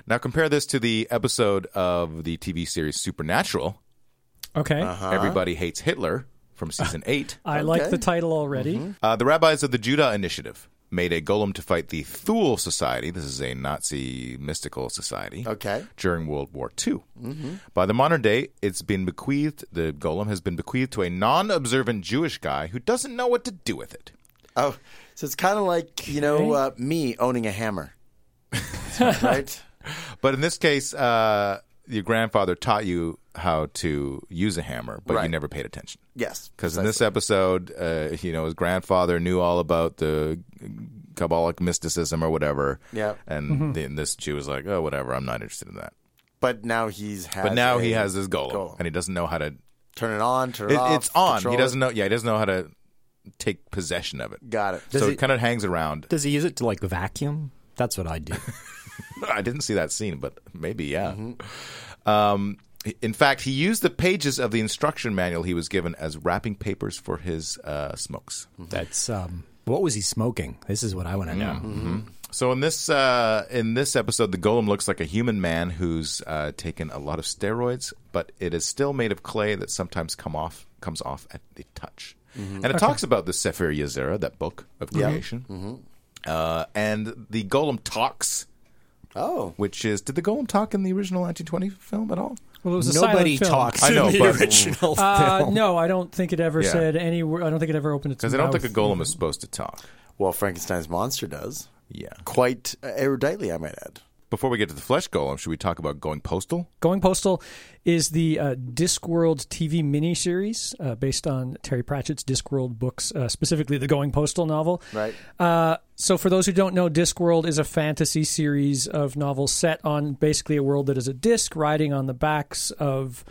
S5: Now compare this to the episode of the TV series Supernatural.
S3: Okay,
S5: Uh-huh.
S4: Uh-huh.
S5: Everybody hates Hitler from season eight.
S3: I like the title already.
S5: Uh, the rabbis of the Judah Initiative made a golem to fight the Thule Society. This is a Nazi mystical society.
S4: Okay. Mm-hmm.
S5: During World War II. By the modern day, it's been bequeathed, the golem has been bequeathed to a non observant Jewish guy who doesn't know what to do with it.
S4: Oh, so it's kind of like you know uh, me owning a hammer, right?
S5: But in this case, uh, your grandfather taught you how to use a hammer, but you
S4: Right.
S5: never paid attention.
S4: Yes,
S5: Because in this episode, uh, you know, his grandfather knew all about the Kabbalic mysticism or whatever.
S4: Yeah.
S5: And then this Jew was like, oh, whatever, I'm not interested in that.
S4: But now he's has
S5: But now
S4: a-
S5: he has this golem,
S4: golem.
S5: and he doesn't know how to.
S4: turn it on, turn it,
S5: It,
S4: off.
S5: it's on.
S4: control
S5: He
S4: it.
S5: doesn't know. Yeah, he doesn't know how to take possession of it.
S4: Got it.
S5: so it, kind of hangs around.
S2: Does he use it to like vacuum? That's what I do.
S5: I didn't see that scene, but maybe yeah.
S4: Mm-hmm.
S5: Um, in fact, he used the pages of the instruction manual he was given as wrapping papers for his uh, smokes.
S2: That's um, what was he smoking? This is what I want to
S5: Mm-hmm.
S2: know.
S5: So in this uh, in this episode, the golem looks like a human man who's uh, taken a lot of steroids, but it is still made of clay that sometimes come off comes off at the touch. And it talks about the Sefer Yezera, that book of creation, uh, and the golem talks,
S4: Oh,
S5: which is did the golem talk in the original 1920 film at all?
S3: Well, it was a
S2: Nobody
S3: silent film.
S2: talks
S5: I know,
S2: in the
S5: but-
S2: original
S3: Uh,
S2: film.
S3: no, I don't think it ever
S5: Yeah.
S3: said any. wor- I don't think it ever opened its mouth.
S5: Because I don't think a golem is supposed to talk.
S4: well, Frankenstein's monster does
S5: Yeah.
S4: quite eruditely, I might add.
S5: Before we get to the flesh golem, should we talk about going postal?
S3: Going Postal is the uh, Discworld TV miniseries uh, based on Terry Pratchett's Discworld books, uh, specifically the Going Postal novel.
S4: Right.
S3: Uh, so, for those who don't know, Discworld is a fantasy series of novels set on basically a world that is a disc riding on the backs of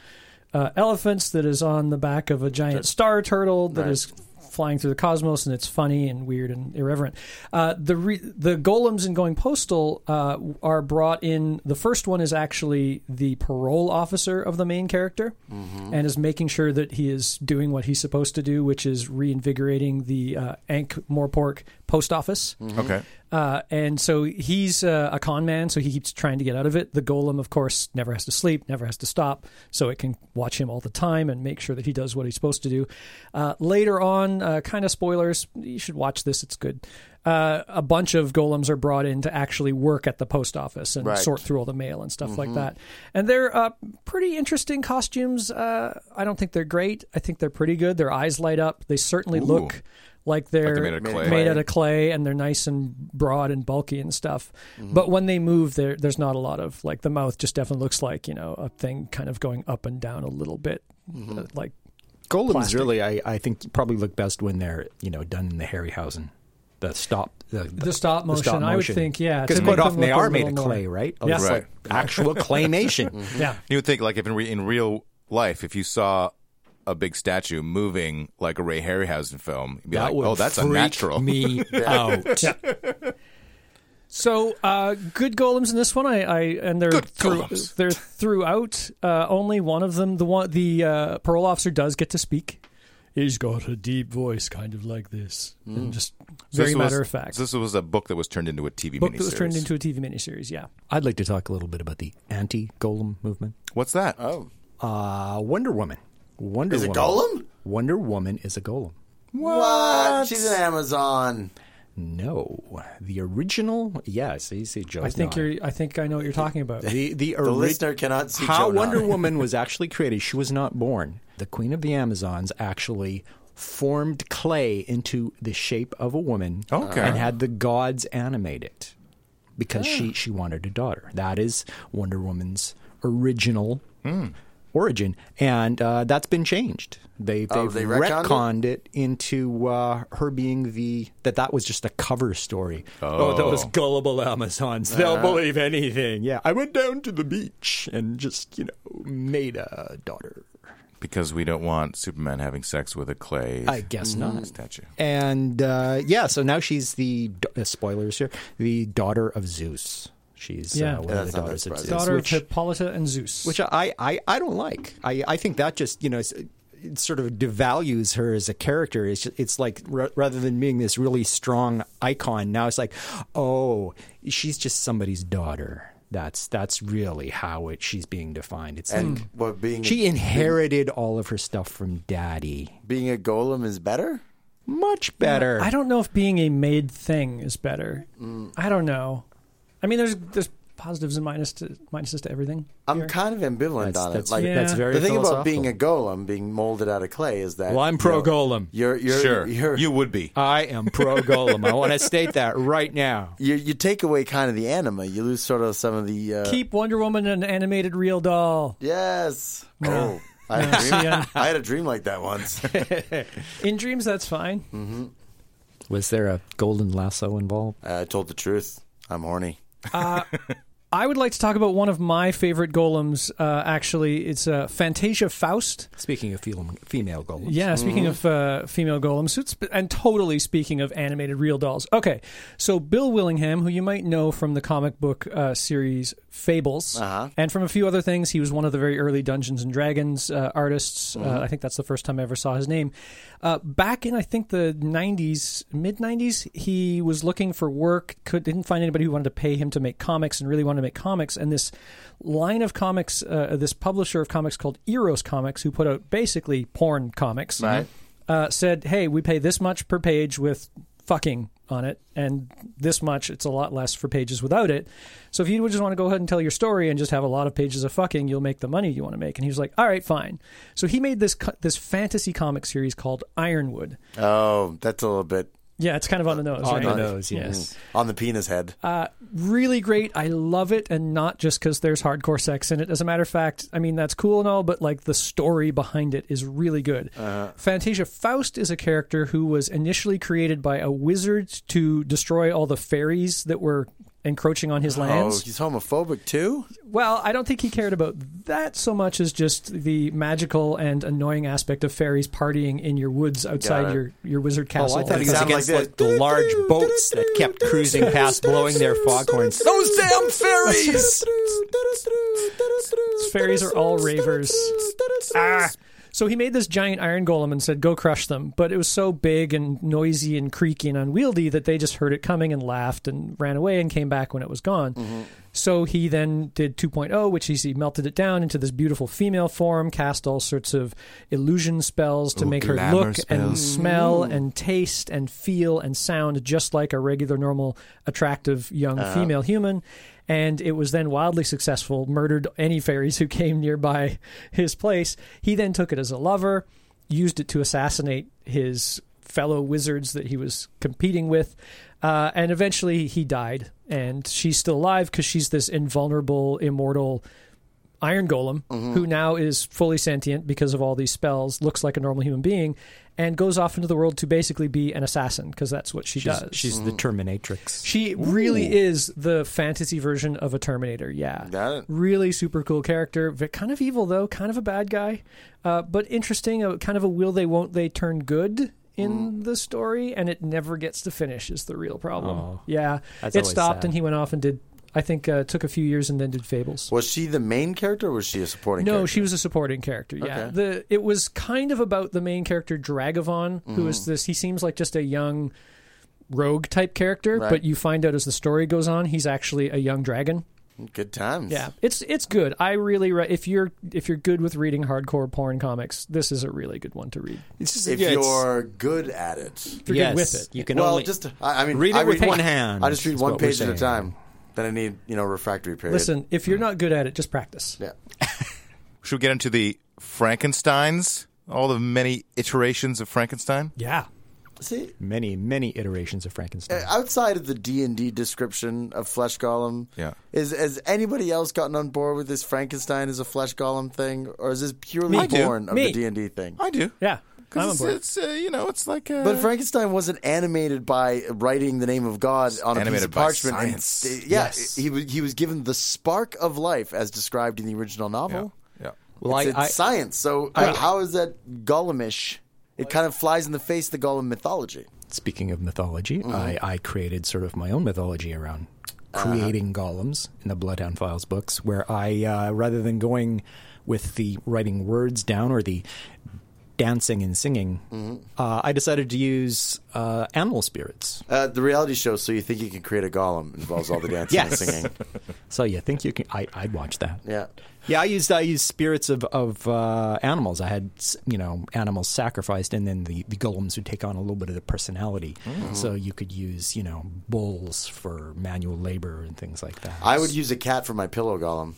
S3: uh, elephants, that is on the back of a giant star turtle, that is flying through the cosmos, and it's funny and weird and irreverent. Uh, the re- the golems in Going Postal uh, are brought in. The first one is actually the parole officer of the main character, and is making sure that he is doing what he's supposed to do, which is reinvigorating the uh, Ankh Morpork post office.
S5: Okay.
S3: Uh, and so he's uh, a con man, so he keeps trying to get out of it. The golem, of course, never has to sleep, never has to stop, so it can watch him all the time and make sure that he does what he's supposed to do. Uh, later on, uh, kind of spoilers, you should watch this, it's good. Uh, a bunch of golems are brought in to actually work at the post office and
S4: Right.
S3: sort through all the mail and stuff like that. And they're uh, pretty interesting costumes. Uh, I don't think they're great. I think they're pretty good. Their eyes light up. They certainly
S5: Ooh.
S3: look like they're
S5: made out of clay.
S3: made out of clay and they're nice and broad and bulky and stuff.
S5: Mm-hmm.
S3: But when they move, there there's not a lot of like the mouth just definitely looks like you know a thing kind of going up and down a little bit,
S5: Mm-hmm.
S3: uh, like
S2: Golems
S3: Plastic.
S2: really, I, I think, probably look best when they're you know done in the Harryhausen, the stop, the,
S3: the stop motion. I would think yeah, to
S2: because
S3: make
S2: quite
S3: them
S2: often they
S3: look a
S2: are made
S3: little
S2: of
S3: more-
S2: clay, right? Oh,
S3: Yeah.
S2: It's
S5: Right.
S2: like actual claymation.
S3: Yeah,
S5: You would think, like, if in, re- in real life, if you saw a big statue moving like a Ray Harryhausen film, you'd be like,
S2: would
S5: oh, that's
S2: freak
S5: unnatural.
S2: Me out.
S3: So uh, good golems in this one, I, I and they're
S5: Good
S3: throu-
S5: golems.
S3: they're throughout. Uh, only one of them, the one the uh, parole officer does get to speak. He's got a deep voice, kind of like this, and just
S5: Mm. So
S3: very
S5: this was-
S3: matter of fact.
S5: so This was a book that was turned into a TV
S3: book
S5: miniseries.
S3: that was turned into a TV miniseries. Yeah,
S2: I'd like to talk a little bit about the anti-golem movement.
S5: What's that?
S4: Oh,
S2: Uh, Wonder Woman. Wonder
S4: Is it
S2: Woman.
S4: Golem?
S2: Wonder Woman is a golem.
S4: what? She's an Amazon.
S2: No, the original. Yeah, see, see, Joe's
S3: I think
S2: nodding.
S3: you're. I think I know what you're talking about.
S2: The the,
S4: The
S2: ori-
S4: listener cannot see
S2: how
S4: Joe
S2: Wonder
S4: nodding.
S2: Woman was actually created. She was not born. The Queen of the Amazons actually formed clay into the shape of a woman
S5: Okay.
S2: and had the gods animate it because
S4: Ah.
S2: she she wanted a daughter. That is Wonder Woman's original
S4: Hmm.
S2: origin, and uh, that's been changed. They they've
S4: Oh, they
S2: retconned
S4: retconned it?
S2: it, into uh, her being the that that was just a cover story.
S5: Oh.
S2: those gullible Amazons, they'll believe anything. Yeah, I went down to the beach and just you know made a daughter.
S5: Because we don't want Superman having sex with a clay
S2: I guess not.
S5: statue.
S2: Mm-hmm. And uh, yeah, so now she's the uh, spoilers here, the daughter of Zeus. She's
S3: Yeah.
S2: uh, one
S4: Yeah,
S2: of
S4: that's
S2: the daughters
S4: not that
S2: of Zeus,
S4: surprising.
S3: Daughter
S2: which,
S3: of Hippolyta and Zeus.
S2: which I, I I don't like. I I think that just you know. It's, it sort of devalues her as a character. It's just, it's like r- rather than being this really strong icon, now it's like, oh, she's just somebody's daughter. That's that's really how it she's being defined. It's
S4: And
S2: like
S4: what being
S2: she inherited all of her stuff from daddy.
S4: being a golem is better.
S2: Much better. Mm.
S3: I don't know if being a made thing is better. I don't know. I mean, there's there's positives and minus to, minuses to everything.
S4: I'm
S3: here.
S4: kind of ambivalent
S2: That's,
S4: on
S2: that's,
S4: it. Like
S2: that's
S3: Yeah.
S2: very
S4: the thing about being a
S2: philosophical.
S4: golem, being molded out of clay, is that
S2: Well, I'm
S4: you know,
S2: pro golem.
S4: You're you're
S5: sure.
S4: You're,
S5: you would be.
S2: I am pro golem. I want to state that right now.
S4: you you take away kind of the anima. You lose sort of some of the uh,
S3: Keep Wonder Woman an animated real doll.
S4: Yes. Oh, I had, a
S3: See,
S4: dream,
S3: uh,
S4: I had a dream like that once. Uh,
S3: In dreams, that's fine.
S2: Mm. Was there a golden lasso involved?
S4: I told the truth. I'm horny.
S3: I would like to talk about one of my favorite golems. Uh, actually, it's uh, Fantasia Faust.
S2: Speaking of fem- female golems,
S3: Yeah, speaking of uh, female golem suits, and totally speaking of animated real dolls. Okay, so Bill Willingham, who you might know from the comic book uh, series Fables,
S4: Uh-huh.
S3: and from a few other things, he was one of the very early Dungeons and Dragons uh, artists. Uh, I think that's the first time I ever saw his name. Uh, back in I think the '90s, mid '90s, he was looking for work. Could didn't find anybody who wanted to pay him to make comics, and really wanted to make comics. And this line of comics, uh, this publisher of comics called Eros Comics, who put out basically porn comics,
S4: Right.
S3: uh, said, "Hey, we pay this much per page with fucking on it, and this much it's a lot less for pages without it. So if you would just want to go ahead and tell your story and just have a lot of pages of fucking, you'll make the money you want to make." And he was like, "All right, fine." So he made this co- this fantasy comic series called Ironwood.
S4: Oh, that's a little bit
S3: Yeah, it's kind of on the nose.
S2: On
S3: right?
S2: the nose, yes. Uh,
S4: on the penis head.
S3: really great. I love it, and not just because there's hardcore sex in it. As a matter of fact, I mean that's cool and all, but like the story behind it is really good.
S4: Uh-huh.
S3: Fantasia Faust is a character who was initially created by a wizard to destroy all the fairies that were encroaching on his
S4: oh,
S3: lands.
S4: he's homophobic too.
S3: Well, I don't think he cared about that so much as just the magical and annoying aspect of fairies partying in your woods outside
S4: it.
S3: your, your wizard
S2: Oh,
S3: castle.
S2: I thought he
S4: It
S2: was
S4: sounded
S2: against
S4: like
S2: like, the large boats that kept cruising past, blowing their foghorns. Those damn fairies!
S3: fairies are all ravers. Ah. So he made this giant iron golem and said, "Go crush them." But it was so big and noisy and creaky and unwieldy that they just heard it coming and laughed and ran away and came back when it was gone.
S5: Mm-hmm.
S3: So he then did 2.0, which is he melted it down into this beautiful female form, cast all sorts of illusion spells to
S5: Ooh,
S3: make her
S5: glamour
S3: look and
S5: spells.
S3: smell and taste and feel and sound just like a regular, normal, attractive young
S5: Uh-huh.
S3: female human. And it was then wildly successful, murdered any fairies who came nearby his place. He then took it as a lover, used it to assassinate his fellow wizards that he was competing with. Uh, and eventually he died. And she's still alive because she's this invulnerable, immortal Iron Golem,
S2: Mm-hmm.
S3: who now is fully sentient because of all these spells, looks like a normal human being, and goes off into the world to basically be an assassin because that's what she
S2: She's,
S3: does.
S2: she's the Terminatrix.
S3: she really is the fantasy version of a Terminator. Yeah,
S4: Got it.
S3: really super cool character. v- Kind of evil though, kind of a bad guy, uh, but interesting. A, kind of a will they won't they turn good
S2: Mm.
S3: in the story, and it never gets to finish is the real problem.
S2: Oh.
S3: yeah,
S2: That's
S3: it
S2: always
S3: stopped,
S2: sad.
S3: and he went off and did. I think uh, took a few years and then did Fables.
S4: Was she the main character or was she a supporting
S3: No,
S4: character?
S3: she was a supporting character. Yeah,
S4: Okay.
S3: the it was kind of about the main character Dragavon, who
S4: Mm.
S3: is this. He seems like just a young rogue type character,
S4: Right.
S3: but you find out as the story goes on, he's actually a young dragon.
S4: Good times.
S3: Yeah, it's it's good. I really re- if you're if you're good with reading hardcore porn comics, this is a really good one to read.
S2: It's just,
S4: If
S2: yeah, it's-
S4: you're good at it.
S3: If you're
S2: yes,
S3: good with it,
S2: you can
S4: well,
S2: only
S4: just I, I mean,
S2: read it
S4: I
S2: with one hand,
S4: I just read
S2: is
S4: one
S2: what we're
S4: page at
S2: saying.
S4: a time. Then I need you know refractory period.
S3: listen. If you're not good at it, just practice.
S4: Mm. Yeah.
S5: Should we get into the Frankenstein's? All the many iterations of Frankenstein?
S3: Yeah,
S4: See,
S2: many, many iterations of Frankenstein.
S4: outside of the D and D description of flesh golem,
S5: Yeah.
S4: is has anybody else gotten on board with this Frankenstein as a flesh golem thing, or is this purely
S5: I do.
S4: born of
S3: Me.
S4: the D and D thing?
S5: I do.
S3: yeah. I'm on
S5: Because
S3: board.
S5: it's, it's uh, you know, it's like. Uh,
S4: But Frankenstein wasn't animated by writing the name of God on a piece
S5: animated
S4: of
S5: by
S4: parchment. and-
S5: science.
S4: uh, yeah,
S3: Yes.
S4: he was he was given the spark of life as described in the original
S5: Yeah.
S4: novel.
S5: yeah.
S2: well,
S4: it's,
S2: I,
S4: it's science. So uh, how is that golemish? It kind of flies in the face of the golem mythology.
S2: speaking of mythology,
S4: Mm-hmm.
S2: I, I created sort of my own mythology around
S4: Uh-huh.
S2: creating golems in the Bloodhound Files books, where I, uh, rather than going with the writing words down or the dancing and singing,
S4: Mm-hmm.
S2: uh, I decided to use uh, animal spirits.
S4: Uh, the reality show, so you think you can create a golem, involves all the dancing
S2: Yes.
S4: and singing.
S2: So you think you can? I, I'd watch that.
S4: Yeah.
S2: Yeah, I used I used spirits of of uh, animals. I had s- you know animals sacrificed, and then the, the golems would take on a little bit of the personality.
S4: Mm.
S2: So you could use you know bulls for manual labor and things like that.
S4: I would use a cat for my pillow golem.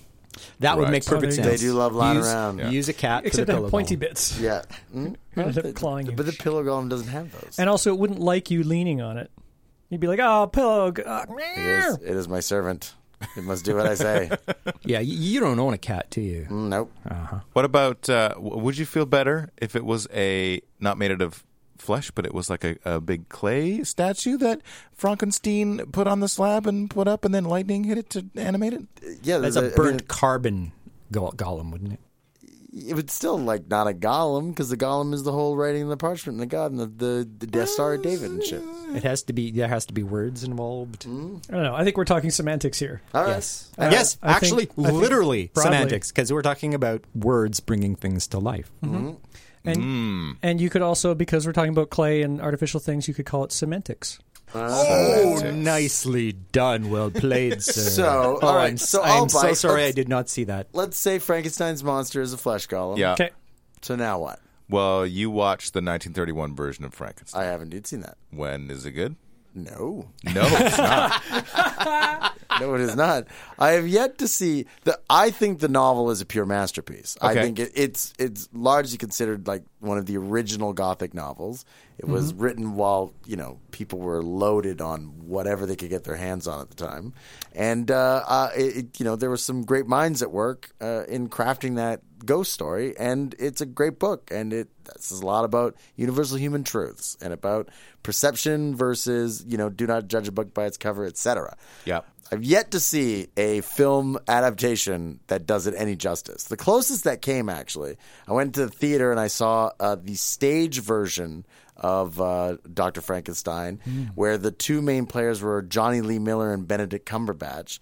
S2: that would
S5: Right.
S2: make
S5: Oh,
S2: perfect
S3: there you
S2: sense.
S3: go.
S4: They do love lying
S2: use,
S4: around. Yeah.
S2: Use a cat for
S3: Except
S2: the
S3: they
S2: pillow
S3: have pointy
S2: golem.
S3: bits.
S4: Yeah. Mm?
S3: Ended up clawing you.
S4: But the pillow golem doesn't have those.
S3: And also, it wouldn't like you leaning on it. You'd be like, "Oh, pillow." g- ah,
S4: It is, it is my servant. It must do what I say. Hmm,
S2: Yeah, you, you don't own a cat, do you?
S4: nope.
S5: What about. Uh, w- would you feel better if it was a. Not made out of flesh, but it was like a, a big clay statue that Frankenstein put on the slab and put up, and then lightning hit it to animate it?
S4: Yeah,
S2: That's
S4: there's
S2: a
S4: I
S2: burnt carbon go- golem, wouldn't it?
S4: mean, it was still like not a golem because the golem is the whole writing in the parchment and the god and the, the, the Death Star of David and shit.
S2: It has to be. There has to be words involved.
S3: I don't know. I think we're talking semantics here.
S4: All right.
S2: Yes.
S3: Uh,
S2: yes,
S3: I think-
S2: actually,
S3: I think
S2: literally
S3: broadly.
S2: semantics, because we're talking about words bringing things to life.
S4: Mm-hmm.
S3: And and you could also because we're talking about clay and artificial things, you could call it semantics.
S2: Oh, nicely done. Well played, sir.
S4: So,
S2: oh,
S4: all
S2: I'm,
S4: right, so I'll
S2: I'm so
S4: bite.
S2: sorry I
S4: Let's-
S2: did not see that.
S4: Let's say Frankenstein's monster is a flesh golem.
S5: Yeah.
S3: Okay.
S4: So now what?
S5: Well, you watched the 1931 version of Frankenstein.
S4: I have indeed seen that.
S5: When is it good?
S4: No.
S5: No, it's not.
S4: No, it is not. I have yet to see the. I think the novel is a pure masterpiece. I
S5: Okay.
S4: think it, it's it's largely considered like one of the original Gothic novels. It was
S5: Mm-hmm.
S4: written while you know people were loaded on whatever they could get their hands on at the time, and uh, uh, it, it, you know there were some great minds at work uh, in crafting that ghost story, and it's a great book, and it this is a lot about universal human truths and about perception versus you know do not judge a book by its cover, etc.
S5: Yep.
S4: I've yet to see a film adaptation that does it any justice. The closest that came, actually, I went to the theater and I saw uh, the stage version of uh, Dr. Frankenstein, where the two main players were Johnny Lee Miller and Benedict Cumberbatch.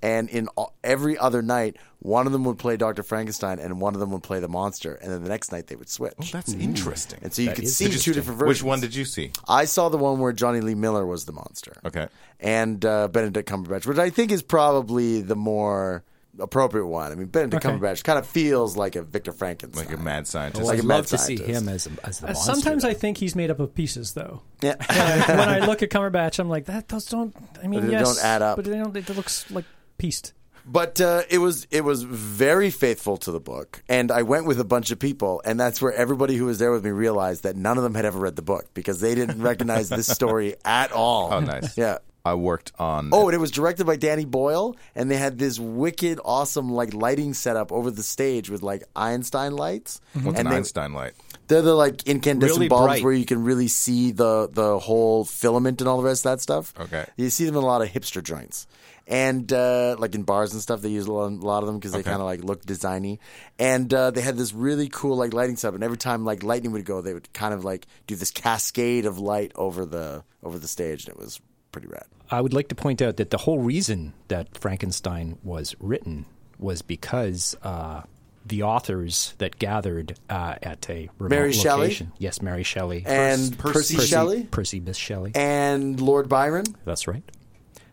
S4: And in all, every other night, one of them would play Dr. Frankenstein and one of them would play the monster. And then the next night, they would switch.
S5: That's interesting.
S4: and so you could see two
S5: Interesting.
S4: different Mm. versions.
S5: Which one did you see?
S4: I saw the one where Johnny Lee Miller was the monster.
S5: Okay.
S4: And uh, Benedict Cumberbatch, which I think is probably the more appropriate one. I mean, Benedict
S3: Okay.
S4: Cumberbatch kind of feels like a Victor Frankenstein.
S5: Like a mad scientist.
S4: Like
S6: I'd
S4: a
S6: love
S4: mad
S6: to see
S4: scientist.
S6: him as a, as the
S3: Uh,
S6: monster.
S3: Sometimes I
S6: though.
S3: think he's made up of pieces, though.
S4: Yeah.
S3: Like, when I look at Cumberbatch, I'm like, that those don't. I mean,
S4: They
S3: yes,
S4: don't add up.
S3: But they don't. It looks like pieced.
S4: but uh, it was it was very faithful to the book, and I went with a bunch of people, and that's where everybody who was there with me realized that none of them had ever read the book because they didn't recognize this story at all.
S5: Oh, nice.
S4: Yeah.
S5: I worked on.
S4: Oh, and it was directed by Danny Boyle, and they had this wicked, awesome like lighting setup over the stage with like Einstein lights.
S5: Mhm. what's
S4: and
S5: an
S4: they-
S5: Einstein light?
S4: They're the like incandescent
S2: Really
S4: bulbs
S2: bright.
S4: where you can really see the the whole filament and all the rest of that stuff.
S5: Okay.
S4: you see them in a lot of hipster joints. And uh, like in bars and stuff, they use a lot, a lot of them because they
S5: Okay.
S4: kind of like look designy. And uh, they had this really cool like lighting setup. And every time like lightning would go, they would kind of like do this cascade of light over the over the stage, and it was pretty rad.
S2: I would like to point out that the whole reason that Frankenstein was written was because uh, the authors that gathered uh, at a remote
S4: Mary Shelley?
S2: location. Yes, Mary Shelley
S4: And Percy,
S5: Percy-
S4: Shelley
S2: Percy Bysshe Shelley.
S4: and Lord Byron.
S2: That's right.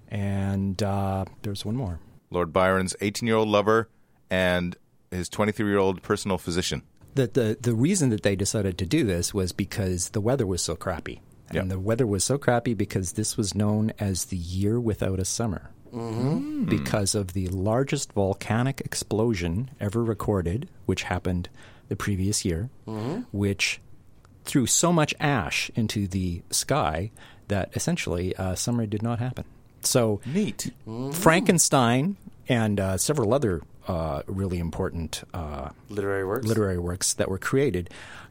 S2: And uh, there's one more.
S5: Lord Byron's 18 year old lover and his 23 year old personal physician.
S6: that the the reason that they decided to do this was because the weather was so crappy,
S5: Yeah.
S6: and the weather was so crappy because this was known as the year without a summer
S5: Mm-hmm.
S6: because of the largest volcanic explosion ever recorded, which happened the previous year,
S5: Mm-hmm.
S6: which threw so much ash into the sky that essentially uh, summer did not happen. So
S5: Neat.
S6: Frankenstein and uh, several other uh, really important uh,
S4: Literary works.
S6: literary works that were created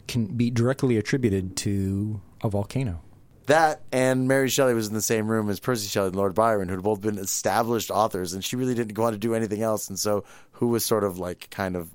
S6: can be directly attributed to a volcano.
S4: That and Mary Shelley was in the same room as Percy Shelley and Lord Byron, who had both been established authors, and she really didn't want to do anything else. And so, who was sort of like kind of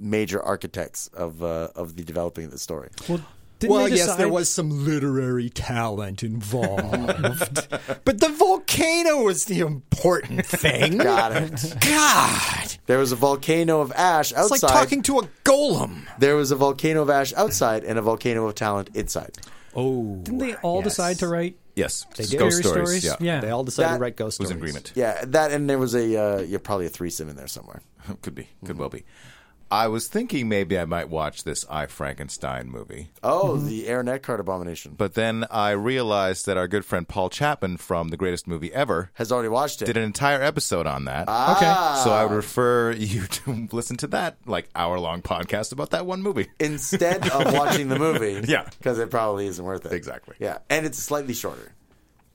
S4: major architects of uh, of the developing of the story?
S3: Well, didn't they decide,
S6: some literary talent involved, but the volcano was the important thing.
S4: Got it.
S6: God,
S4: There was a volcano of ash outside.
S6: to a golem.
S4: there was a volcano of ash outside and a volcano of talent inside.
S6: Oh,
S3: Didn't they all decide to write
S5: Yes.
S6: did.
S5: Ghost
S3: scary
S5: stories.
S3: stories?
S5: Yeah.
S6: they all decided
S4: That
S6: to write ghost
S5: was
S6: stories.
S5: in agreement.
S4: Yeah, that and there was a uh, yeah, probably a threesome in there somewhere.
S5: Could be.
S4: Mm-hmm.
S5: Could well be. I was thinking maybe I might watch this I Frankenstein movie,
S4: Oh, the Aaron Eckhart abomination
S5: but then I realized that our good friend Paul Chapman from the greatest movie ever
S4: has already watched it.
S5: did an entire episode on that.
S4: Ah.
S3: Okay.
S5: So I would refer you to listen to that like hour long podcast about that one movie.
S4: instead of watching the movie.
S5: Yeah.
S4: Because it probably isn't worth it.
S5: Exactly.
S4: Yeah. And it's slightly shorter.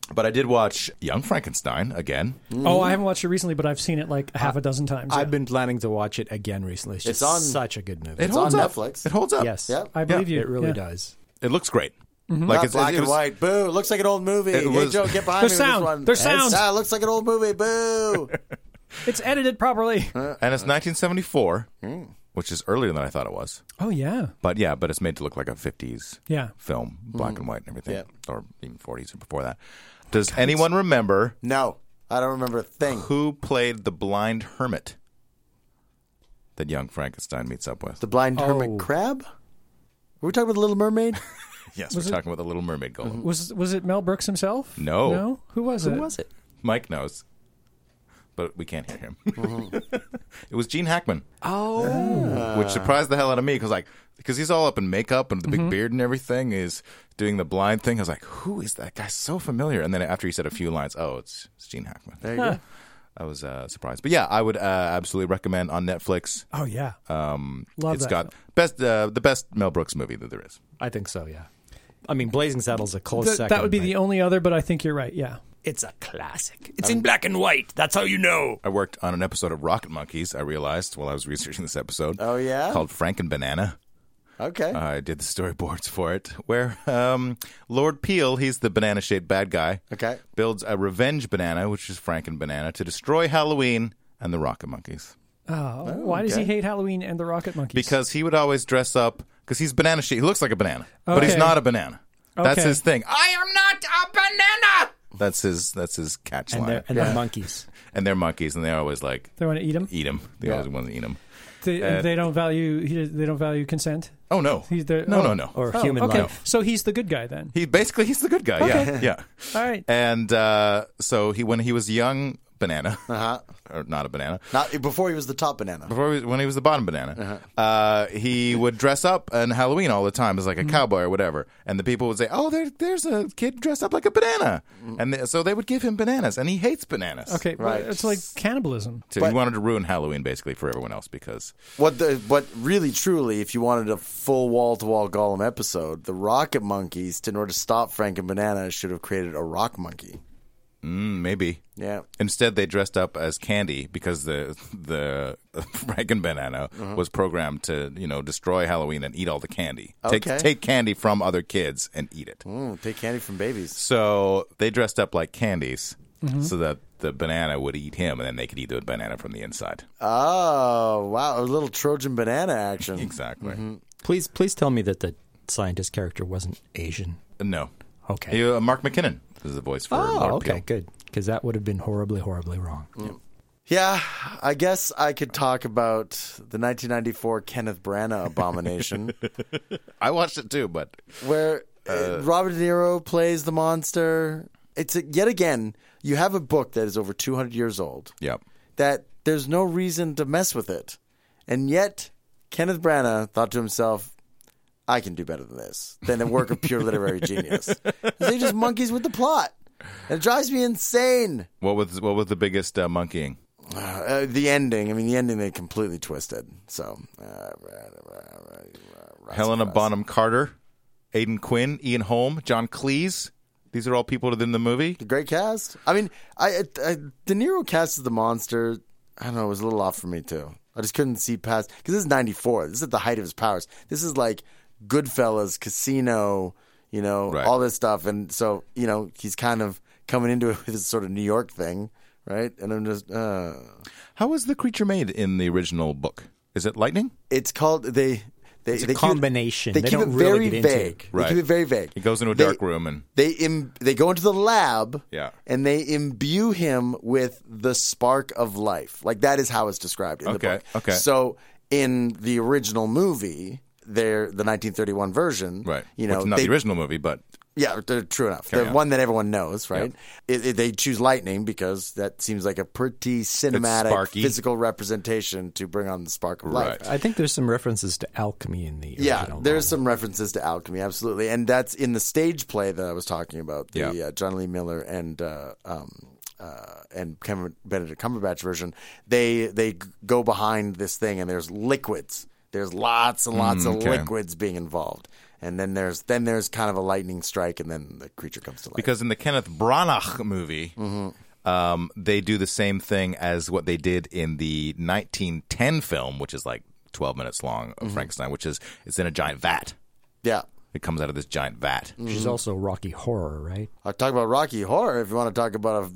S5: But I did watch Young Frankenstein again.
S4: Mm-hmm.
S3: Oh, I haven't watched it recently, but I've seen it like a half a dozen times.
S6: I've
S3: yeah.
S6: been planning to watch it again recently. It's,
S4: It's
S6: just
S4: on-
S6: such a good movie.
S5: It
S4: on
S5: holds up.
S4: Netflix.
S5: It holds up.
S6: yes,
S4: Yep.
S3: I believe you.
S6: it really
S3: yeah.
S6: does.
S5: It looks great. Like
S4: Mm-hmm. Not black and
S5: was-
S4: white. Boo. Looks like an old movie.
S5: It
S4: Hey,
S5: was-
S4: Joe, get behind
S3: There's
S4: me
S3: sound.
S4: with this one.
S3: There's sound.
S4: Ah, looks like an old movie. Boo.
S3: It's edited properly.
S5: And
S4: Uh-huh.
S5: it's 1974,
S4: Mm.
S5: which is earlier than I thought it was.
S3: Oh yeah,
S5: But yeah, but it's made to look like a 50s
S3: yeah.
S5: film, black and white and everything,
S4: Mm-hmm. Yeah.
S5: or even 40s or before that. Does anyone remember
S4: no. I don't remember a thing.
S5: who played the blind hermit that young Frankenstein meets up with?
S4: The Blind Hermit Crab? Were we talking about The Little Mermaid?
S5: yes, we're talking about the Little Mermaid golem.
S4: Mm-hmm.
S3: Was was it Mel Brooks himself?
S5: No.
S3: no. Who was it?
S6: Who was it?
S5: Mike knows, but we can't hear him.
S4: Mm-hmm.
S5: it was Gene Hackman. Oh, which surprised the hell out of me because like because he's all up in makeup and the
S4: Mm-hmm.
S5: big beard and everything is doing the blind thing. I was like, who is that guy? So familiar. And then after he said a few lines, oh, it's, it's Gene Hackman.
S4: There you go.
S5: I was uh, surprised, but yeah, I would uh, absolutely recommend on Netflix.
S3: Oh yeah.
S5: Um,
S3: Love
S5: it's
S3: that
S5: got best uh, the best Mel Brooks movie that there is.
S2: I think so. Yeah. I mean, Blazing Saddles a close
S3: Th-
S2: second.
S3: that would be
S2: but
S3: the only other, but I think you're right. Yeah.
S2: It's a classic. It's in black and white. That's how you know.
S5: I worked on an episode of Rocket Monkeys. I realized while I was researching this episode.
S4: Oh, yeah?
S5: called Frank and Banana.
S4: Okay.
S5: I did the storyboards for it, where um, Lord Peel, he's the banana shaped bad guy,
S4: Okay.
S5: builds a revenge banana, which is Frank and Banana, to destroy Halloween and the Rocket Monkeys.
S3: Oh, why does he
S4: okay.
S3: hate Halloween and the Rocket Monkeys?
S5: Because he would always dress up, because he's banana shaped. He looks like a banana, but he's
S3: Okay.
S5: not a banana. That's
S3: Okay.
S5: his thing. I am not a banana. That's his. That's his catch
S2: And
S5: line.
S2: they're, and they're monkeys.
S5: and they're monkeys, and they're always like
S3: they want to eat him.
S5: eat them. They always want to eat them.
S3: They,
S5: Uh,
S3: they don't value. he- They don't value consent.
S5: Oh no!
S3: He's the-
S5: no,
S3: oh.
S5: no, no,
S2: Or
S3: Oh,
S2: human
S3: okay.
S2: life.
S3: So he's the good guy then.
S5: He basically he's the good guy. Yeah, yeah.
S3: All right.
S5: And uh, so he when he was young, banana,
S4: Uh-huh.
S5: or not a banana.
S4: Not before he was the top banana.
S5: Before he, when he was the bottom banana,
S4: Uh-huh.
S5: uh he would dress up on Halloween all the time as like a
S4: Mm-hmm.
S5: cowboy or whatever, and the people would say, "Oh, there, there's a kid dressed up like a banana,"
S4: Mm.
S5: and th- so they would give him bananas, and he hates bananas.
S3: Okay.
S4: Right.
S3: Well, it's like cannibalism.
S5: so he wanted to ruin Halloween basically for everyone else because
S4: What the what really truly, if you wanted a full wall to wall Gollum episode, the Rocket Monkeys, in order to stop Frank and Banana, should have created a rock monkey.
S5: mm, maybe
S4: Yeah.
S5: Instead, they dressed up as candy because the the Frank and Banana
S4: Uh-huh.
S5: was programmed to you know destroy Halloween and eat all the candy.
S4: Okay.
S5: Take take candy from other kids and eat it.
S4: Mm, take candy from babies.
S5: So they dressed up like candies so that the banana would eat him, and then they could eat the banana from the inside.
S4: Oh wow, a little Trojan banana action.
S5: Exactly.
S6: Please, please tell me that the scientist character wasn't Asian.
S5: No.
S6: Okay.
S5: He, uh, Mark McKinnon is the voice for Lord
S6: Oh, okay,
S5: Peel.
S6: good. Because that would have been horribly, horribly wrong.
S4: Yeah, I guess I could talk about the 1994 Kenneth Branagh abomination,
S5: I watched it too, but
S4: where uh, Robert De Niro plays the monster. It's a, yet again, you have a book that is over 200 years old.
S5: yeah.
S4: that there's no reason to mess with it. And yet, Kenneth Branagh thought to himself, I can do better than this, than a work of pure literary genius. They just monkeys with the plot. And it drives me insane.
S5: What was what was the biggest uh, monkeying?
S4: Uh, the ending, I mean, the ending they completely twisted. So, uh,
S5: Helena Bonham Carter, Aidan Quinn, Ian Holm, John Cleese. These are all people within the movie.
S4: great cast. I mean, I, I De Niro cast as the monster. I don't know. It was a little off for me too. I just couldn't see past because this is '94. This is at the height of his powers. This is like Goodfellas, Casino, you know,
S5: Right.
S4: all this stuff. And so, you know, he's kind of coming into it with this sort of New York thing, right? And I'm just, uh,
S5: How was the creature made in the original book? Is it lightning?
S4: it's called they. They,
S6: It's a
S4: they keep it-
S6: combination.
S4: They,
S6: They
S4: keep
S6: don't
S4: it
S6: really
S4: very
S6: get into it.
S4: vague.
S5: Right.
S4: They keep it very vague.
S5: He goes into a
S4: They-
S5: dark room and
S4: they Im- they go into the lab
S5: Yeah.
S4: and they imbue him with the spark of life like that is how it's described in
S5: Okay,
S4: the book
S5: okay.
S4: so in the original movie there the 1931 version
S5: right.
S4: you know
S5: Which is not
S4: they,
S5: the original movie, but
S4: yeah they're- true enough
S5: Carry
S4: the
S5: on.
S4: one that everyone knows right it, it- they choose lightning because that seems like a pretty cinematic
S5: sparky.
S4: physical representation to bring on the spark of life
S5: Right.
S6: I think there's some references to alchemy in the
S4: yeah,
S6: original
S4: there's
S6: novel.
S4: some references to alchemy, absolutely, and that's in the stage play that I was talking about, the
S5: Yeah.
S4: uh, John Lee Miller and uh, um, uh, and Cameron, Benedict Cumberbatch version. They they g- go behind this thing, and there's liquids. There's lots and lots of
S5: Mm, okay.
S4: liquids being involved, and then there's then there's kind of a lightning strike, and then the creature comes to life.
S5: because in the Kenneth Branagh movie, um, they do the same thing as what they did in the 1910 film, which is like 12 minutes long of Frankenstein, which is it's in a giant vat.
S4: yeah,
S5: It comes out of this giant vat.
S6: Which is also Rocky Horror, right?
S4: I talk about Rocky Horror if you want to talk about a.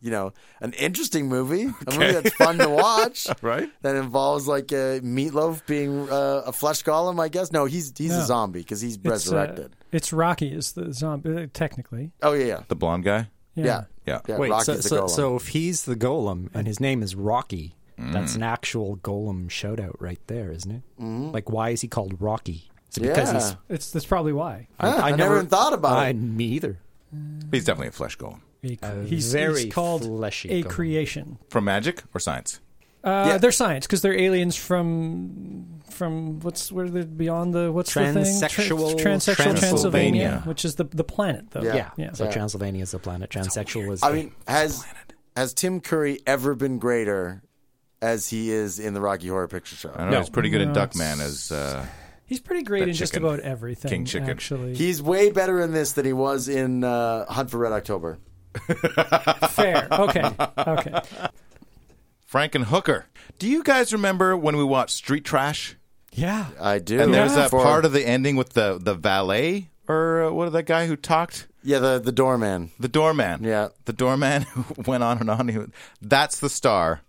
S4: You know, an interesting movie, a movie that's fun to watch,
S5: Right.
S4: That involves like a meatloaf being uh, a flesh golem, I guess. No, he's he's a
S3: No.
S4: zombie because he's
S3: It's, uh,
S4: resurrected.
S3: it's Rocky is the zombie uh, technically.
S4: oh yeah, yeah,
S5: The blonde guy.
S3: Yeah.
S4: yeah,
S5: Yeah.
S4: yeah.
S6: Wait,
S4: Uh, Rocky's
S6: so,
S4: the
S6: so,
S4: golem.
S6: so if he's the golem and his name is Rocky,
S4: Mm.
S6: that's an actual golem shout out right there, isn't it? Like, why is he called Rocky? Is it because
S4: Mm-hmm. Yeah.
S6: he's.
S3: It's that's probably why.
S4: Huh, I never even thought about
S6: I,
S4: it.
S6: Me either.
S5: He's definitely a flesh golem.
S3: He- he's, he's
S6: very
S3: called
S6: fleshy
S3: a
S6: golem.
S3: creation.
S5: From magic or science?
S3: Uh,
S4: Yeah.
S3: They're science because they're aliens from from what's where they're beyond the what's
S6: Transsexual
S3: the thing transsexual Transylvania,
S5: Transylvania.
S3: which is the the planet though.
S4: Yeah.
S6: So Transylvania is the planet. Transsexual is.
S4: I
S6: the-
S4: mean, has Has Tim Curry ever been greater as he is in the Rocky Horror Picture Show?
S5: I don't know.
S2: No.
S5: He's pretty good in
S3: No.
S5: Duckman as uh,
S3: He's pretty great
S5: That
S3: in just
S5: chicken.
S3: about everything.
S5: King chicken.
S3: Actually,
S4: He's way better in this than he was in uh, Hunt for Red October.
S3: fair. Okay. Okay.
S5: Frankenhooker. Do you guys remember when we watched Street Trash?
S3: Yeah.
S4: I do.
S5: And there's that
S4: For-
S5: part of the ending with the the valet or uh, what that guy who talked.
S4: yeah, the the doorman.
S5: The doorman.
S4: Yeah.
S5: The doorman who went on and on. He was- That's the star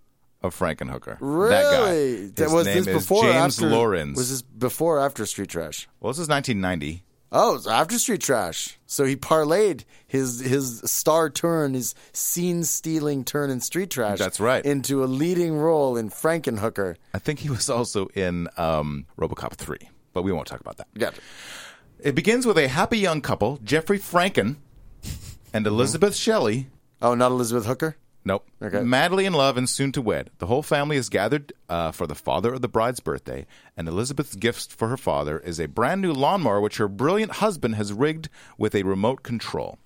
S5: of Frankenhooker. That guy.
S4: Really?
S5: His
S4: was
S5: name
S4: this
S5: is
S4: before or
S5: James
S4: after,
S5: Lawrence.
S4: Was this before or after Street Trash?
S5: well, this is 1990.
S4: Oh, it's after Street Trash. So he parlayed his his star turn, his scene stealing turn in Street Trash.
S5: That's right.
S4: Into a leading role in Frankenhooker.
S5: I think he was also in um, RoboCop 3, but we won't talk about that.
S4: Got it.
S5: It begins with a happy young couple, Jeffrey Franken and Elizabeth Shelley.
S4: Oh, not Elizabeth Hooker.
S5: Nope.
S4: Okay.
S5: Madly in love and soon to wed. The whole family is gathered uh, for the father of the bride's birthday, and Elizabeth's gift for her father is a brand new lawnmower which her brilliant husband has rigged with a remote control.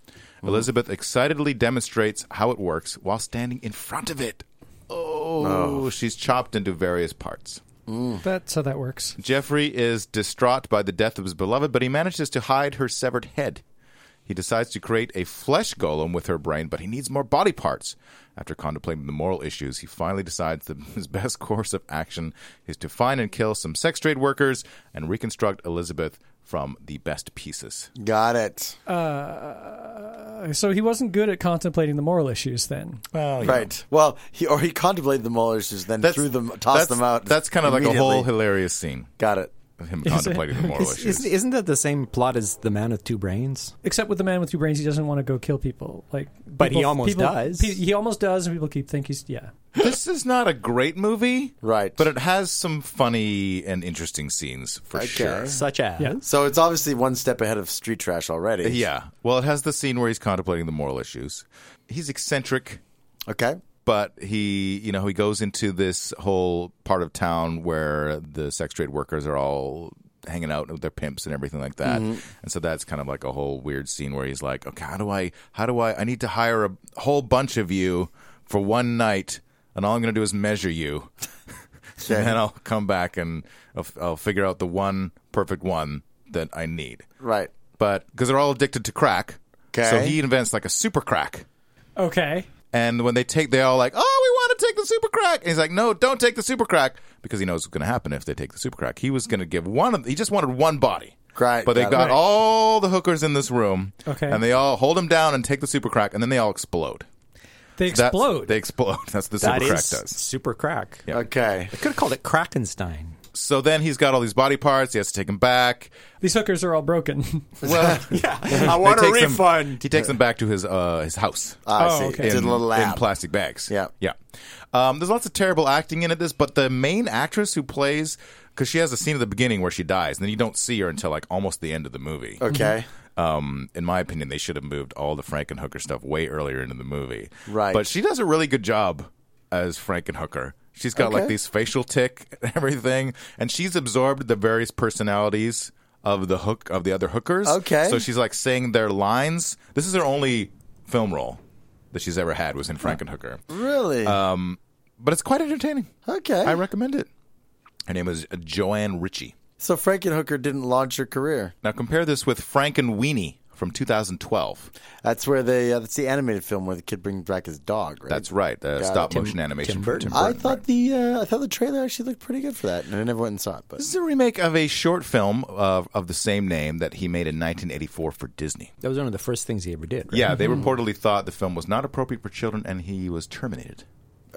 S5: Elizabeth excitedly demonstrates how it works while standing in front of it. Oh, she's chopped into various parts.
S3: That's how that works.
S5: Jeffrey is distraught by the death of his beloved, but he manages to hide her severed head. He decides to create a flesh golem with her brain, but he needs more body parts. After contemplating the moral issues, he finally decides that his best course of action is to find and kill some sex trade workers and reconstruct Elizabeth from the best pieces.
S4: Got it.
S3: So he wasn't good at contemplating the moral issues then.
S4: Right. Well, he or he contemplated the Mueller issues, then threw them, tossed
S5: that's-
S4: them out.
S5: That's kind of like a
S4: immediately.
S5: whole hilarious scene.
S4: Got it.
S5: Him contemplating the moral
S6: Is,
S5: issues.
S6: isn't, isn't that the same plot as The Man with Two Brains?
S3: Except with the man with two brains, he doesn't want to go kill people. Like,
S6: But he
S3: people-
S6: almost
S3: people-
S6: does.
S3: pe- he almost does, and people keep thinking he's yeah.
S5: this is not a great movie,
S4: Right.
S5: But it has some funny and interesting scenes for
S4: Okay.
S5: sure.
S6: Such as
S3: Yeah.
S4: So it's obviously one step ahead of Street Trash already.
S5: Yeah. Well, it has the scene where he's contemplating the moral issues. He's eccentric,
S4: Okay.
S5: but he, you know, he goes into this whole part of town where the sex trade workers are all hanging out with their pimps and everything like that. And so that's kind of like a whole weird scene where he's like, "Okay, how do I how do I I need to hire a whole bunch of you for one night and all I'm going to do is measure you." and then I'll come back and I'll, I'll figure out the one perfect one that I need
S4: Right.
S5: but because they're all addicted to crack. So
S4: Okay.
S5: he invents like a super crack.
S3: Okay.
S5: And when they take, they all like, oh, we want to take the super crack. And he's like, no, don't take the super crack because he knows what's going to happen if they take the super crack. He was going to give one of, he just wanted one body.
S4: Right,
S5: But they
S4: got it.
S5: got
S4: Right.
S5: all the hookers in this room.
S3: Okay.
S5: And they all hold him down and take the super crack and then they all explode.
S3: They
S5: That's-
S3: explode.
S5: they explode. That's what the
S6: That
S5: super crack
S6: is
S5: does.
S6: super crack.
S5: Yeah.
S4: Okay.
S6: I could have called it Krakenstein.
S5: So then he's got all these body parts. He has to take them back.
S3: These hookers are all broken.
S5: Well,
S6: I
S5: they
S6: want a
S5: takes them-
S6: refund.
S5: he takes them back to his uh, his house.
S4: Ah, I
S3: Oh,
S4: see.
S3: okay.
S4: It's in, a little lab.
S5: plastic bags.
S4: Yeah.
S5: yeah. Um, there's lots of terrible acting in it. This, but the main actress who plays because she has a scene at the beginning where she dies, and then you don't see her until like almost the end of the movie.
S4: okay.
S5: Um, in my opinion, they should have moved all the Frankenhooker stuff way earlier into the movie.
S4: Right.
S5: But she does a really good job as Frankenhooker. She's got like
S4: Okay.
S5: these facial tick and everything, and she's absorbed the various personalities of the hook of the other hookers.
S4: Okay.
S5: So she's like saying their lines. This is her only film role that she's ever had was in Frankenhooker.
S4: Really?
S5: Uh, But it's quite entertaining.
S4: okay.
S5: I recommend it. Her name is Joanne Ritchie.
S4: so Frankenhooker didn't launch her career.
S5: Now compare this with Frankenweenie from 2012.
S4: That's where they. Uh, that's the animated film where the kid brings back his dog. Right.
S5: That's right, the
S4: Got
S5: stop
S4: it. Tim-
S5: motion animation.
S6: Tim
S5: from
S6: Burton.
S4: I
S5: right.
S4: thought the uh, I thought the trailer actually looked pretty good for that, and I never went and saw it. But
S5: This is a remake of a short film of, of the same name that he made in 1984 for Disney. Mm-hmm.
S6: That was one of the first things he ever did. Right?
S5: Yeah, they reportedly thought the film was not appropriate for children, and he was terminated.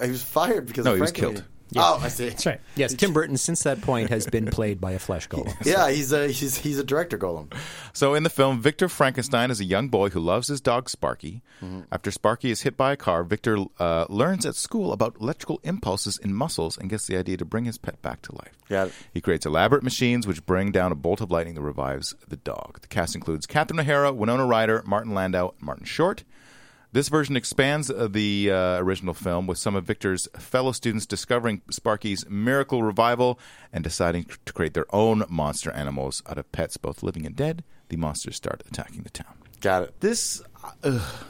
S4: he was fired because
S5: No,
S4: of
S5: he was
S4: Frankenhooker.
S5: killed.
S4: Oh, I see.
S3: That's right.
S6: Yes, Tim Burton since that point has been played by a flesh golem.
S4: Yeah, he's a he's he's a director golem.
S5: So in the film, Victor Frankenstein is a young boy who loves his dog Sparky.
S4: Mm-hmm.
S5: After Sparky is hit by a car, Victor uh, learns at school about electrical impulses in muscles and gets the idea to bring his pet back to life.
S4: Got it.
S5: He creates elaborate machines which bring down a bolt of lightning that revives the dog. The cast includes Catherine O'Hara, Winona Ryder, Martin Landau, and Martin Short. This version expands uh, the uh, original film with some of Victor's fellow students discovering Sparky's miracle revival and deciding to create their own monster animals out of pets, both living and dead. The monsters start attacking the town.
S4: Got it.
S5: This, uh, ugh.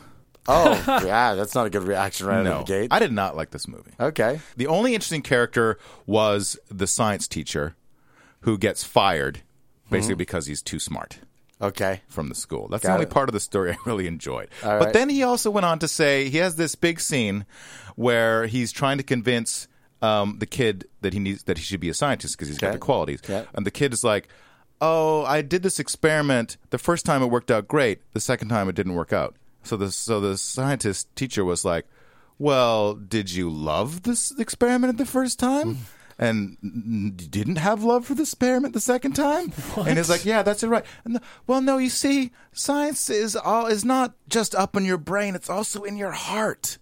S4: Oh, yeah, that's not a good reaction right out
S5: No,
S4: of the gate. Uh,
S5: I did not like this movie.
S4: okay.
S5: The only interesting character was the science teacher who gets fired
S4: Mm-hmm.
S5: basically because he's too smart
S4: Okay.
S5: from the school. That's the
S4: Got
S5: only
S4: it.
S5: part of the story I really enjoyed.
S4: All
S5: but
S4: right.
S5: then he also went on to say he has this big scene where he's trying to convince um, the kid that he needs that he should be a scientist because he's got
S4: Okay.
S5: the qualities.
S4: Yeah.
S5: And the kid is like, "Oh, I did this experiment. The first time it worked out great. The second time it didn't work out." So the so the scientist teacher was like, "Well, did you love this experiment the first time?"
S2: Hmm.
S5: And n- you didn't have love for the experiment the second time, and he's like, "Yeah, that's it, right." And the- well, no, you see, science is all is not just up in your brain; it's also in your heart.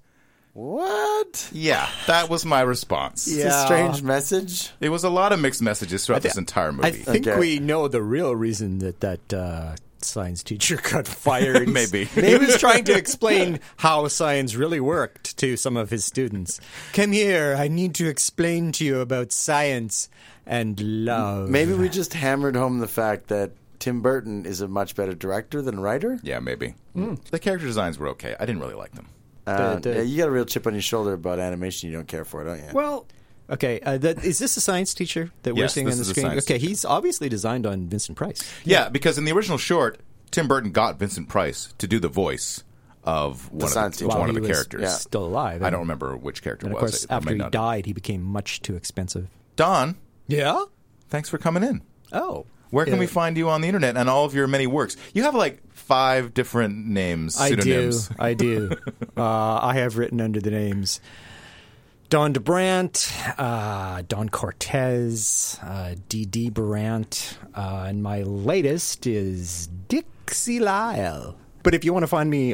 S4: What?
S5: Yeah, that was my response.
S4: It's a strange message.
S5: It was a lot of mixed messages throughout this entire movie.
S2: I think
S4: Okay.
S2: we know the real reason that that uh, science teacher got fired.
S5: Maybe.
S2: he was trying to explain how science really worked to some of his students. Come here, I need to explain to you about science and love.
S4: Maybe we just hammered home the fact that Tim Burton is a much better director than writer.
S5: yeah, maybe.
S2: Hmm.
S5: The character designs were okay. I didn't really like them.
S4: Uh,
S2: But, uh,
S4: yeah, you got a real chip on your shoulder about animation you don't care for, don't you?
S8: Well,
S2: Okay, uh, that, is this a science teacher that we're
S5: Yes,
S2: seeing
S5: this
S2: on the
S5: is a
S2: screen?
S5: science
S2: Okay,
S5: teacher.
S2: he's obviously designed on Vincent Price.
S5: Yeah. because in the original short, Tim Burton got Vincent Price to do the voice of one of
S4: science
S5: the,
S4: teacher.
S5: one of
S2: he
S5: the
S2: was
S5: characters.
S2: still alive.
S5: I don't remember which character
S2: And of
S5: it was.
S2: course,
S5: It- it
S2: after
S5: may
S2: he
S5: not-
S2: died, he became much too expensive.
S5: Don,
S2: Yeah.
S5: thanks for coming in.
S2: Oh.
S5: Where can
S2: Yeah.
S5: we find you on the internet and all of your many works? You have like five different names,
S2: I do.
S5: pseudonyms.
S2: I do. uh, I have written under the names Don DeBrant, uh, Don Cortez, uh, DD Brandt, uh, and my latest is Dixie Lyle. But if you want to find me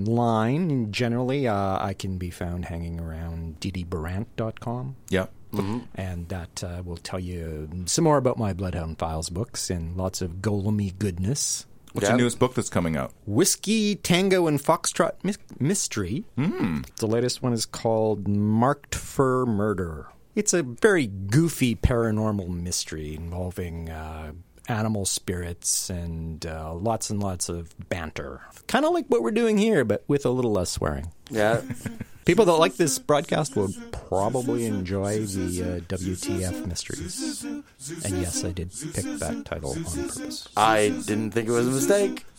S2: online, generally, uh, I can be found hanging around ddbrant.com.
S5: Yeah.
S2: And that uh, will tell you some more about my Bloodhound Files books and lots of golemy goodness.
S5: What's
S4: Yeah.
S5: your newest book that's coming out?
S2: Whiskey, Tango, and Foxtrot Mys- Mystery. The latest one is called Marked for Murder. It's a very goofy paranormal mystery involving uh, animal spirits and uh, lots and lots of banter. Kind of like what we're doing here, but with a little less swearing.
S4: yeah.
S2: People that like this broadcast will probably enjoy the uh, WTF mysteries. And yes, I did pick that title on purpose.
S4: I didn't think it was a mistake.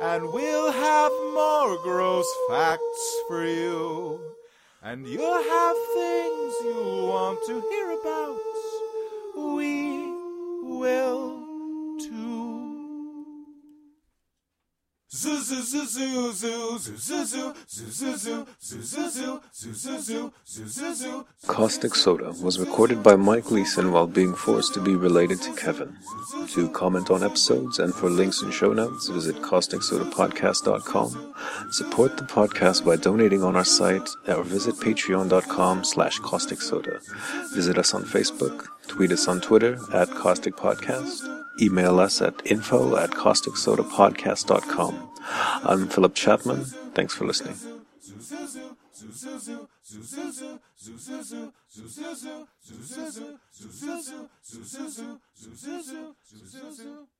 S9: And we'll have more gross facts for you. And you'll have things you'll want to hear about. We will too. Zoo zoo zoo zoo zoo zoo zoo zoo zoo zoo zoo zoo zoo zoo zoo zoo
S10: Caustic Soda was recorded by Mike Leeson while being forced to be related to Kevin. To comment on episodes and for links and show notes, visit causticsodapodcast.com. Support the podcast by donating on our site or visit patreon.com slash caustic soda. Visit us on Facebook, tweet us on Twitter at caustic podcast, email us at info at causticsodapodcast.com. I'm Philip Chapman. Thanks for listening.
S9: zoo zoo zoo zoo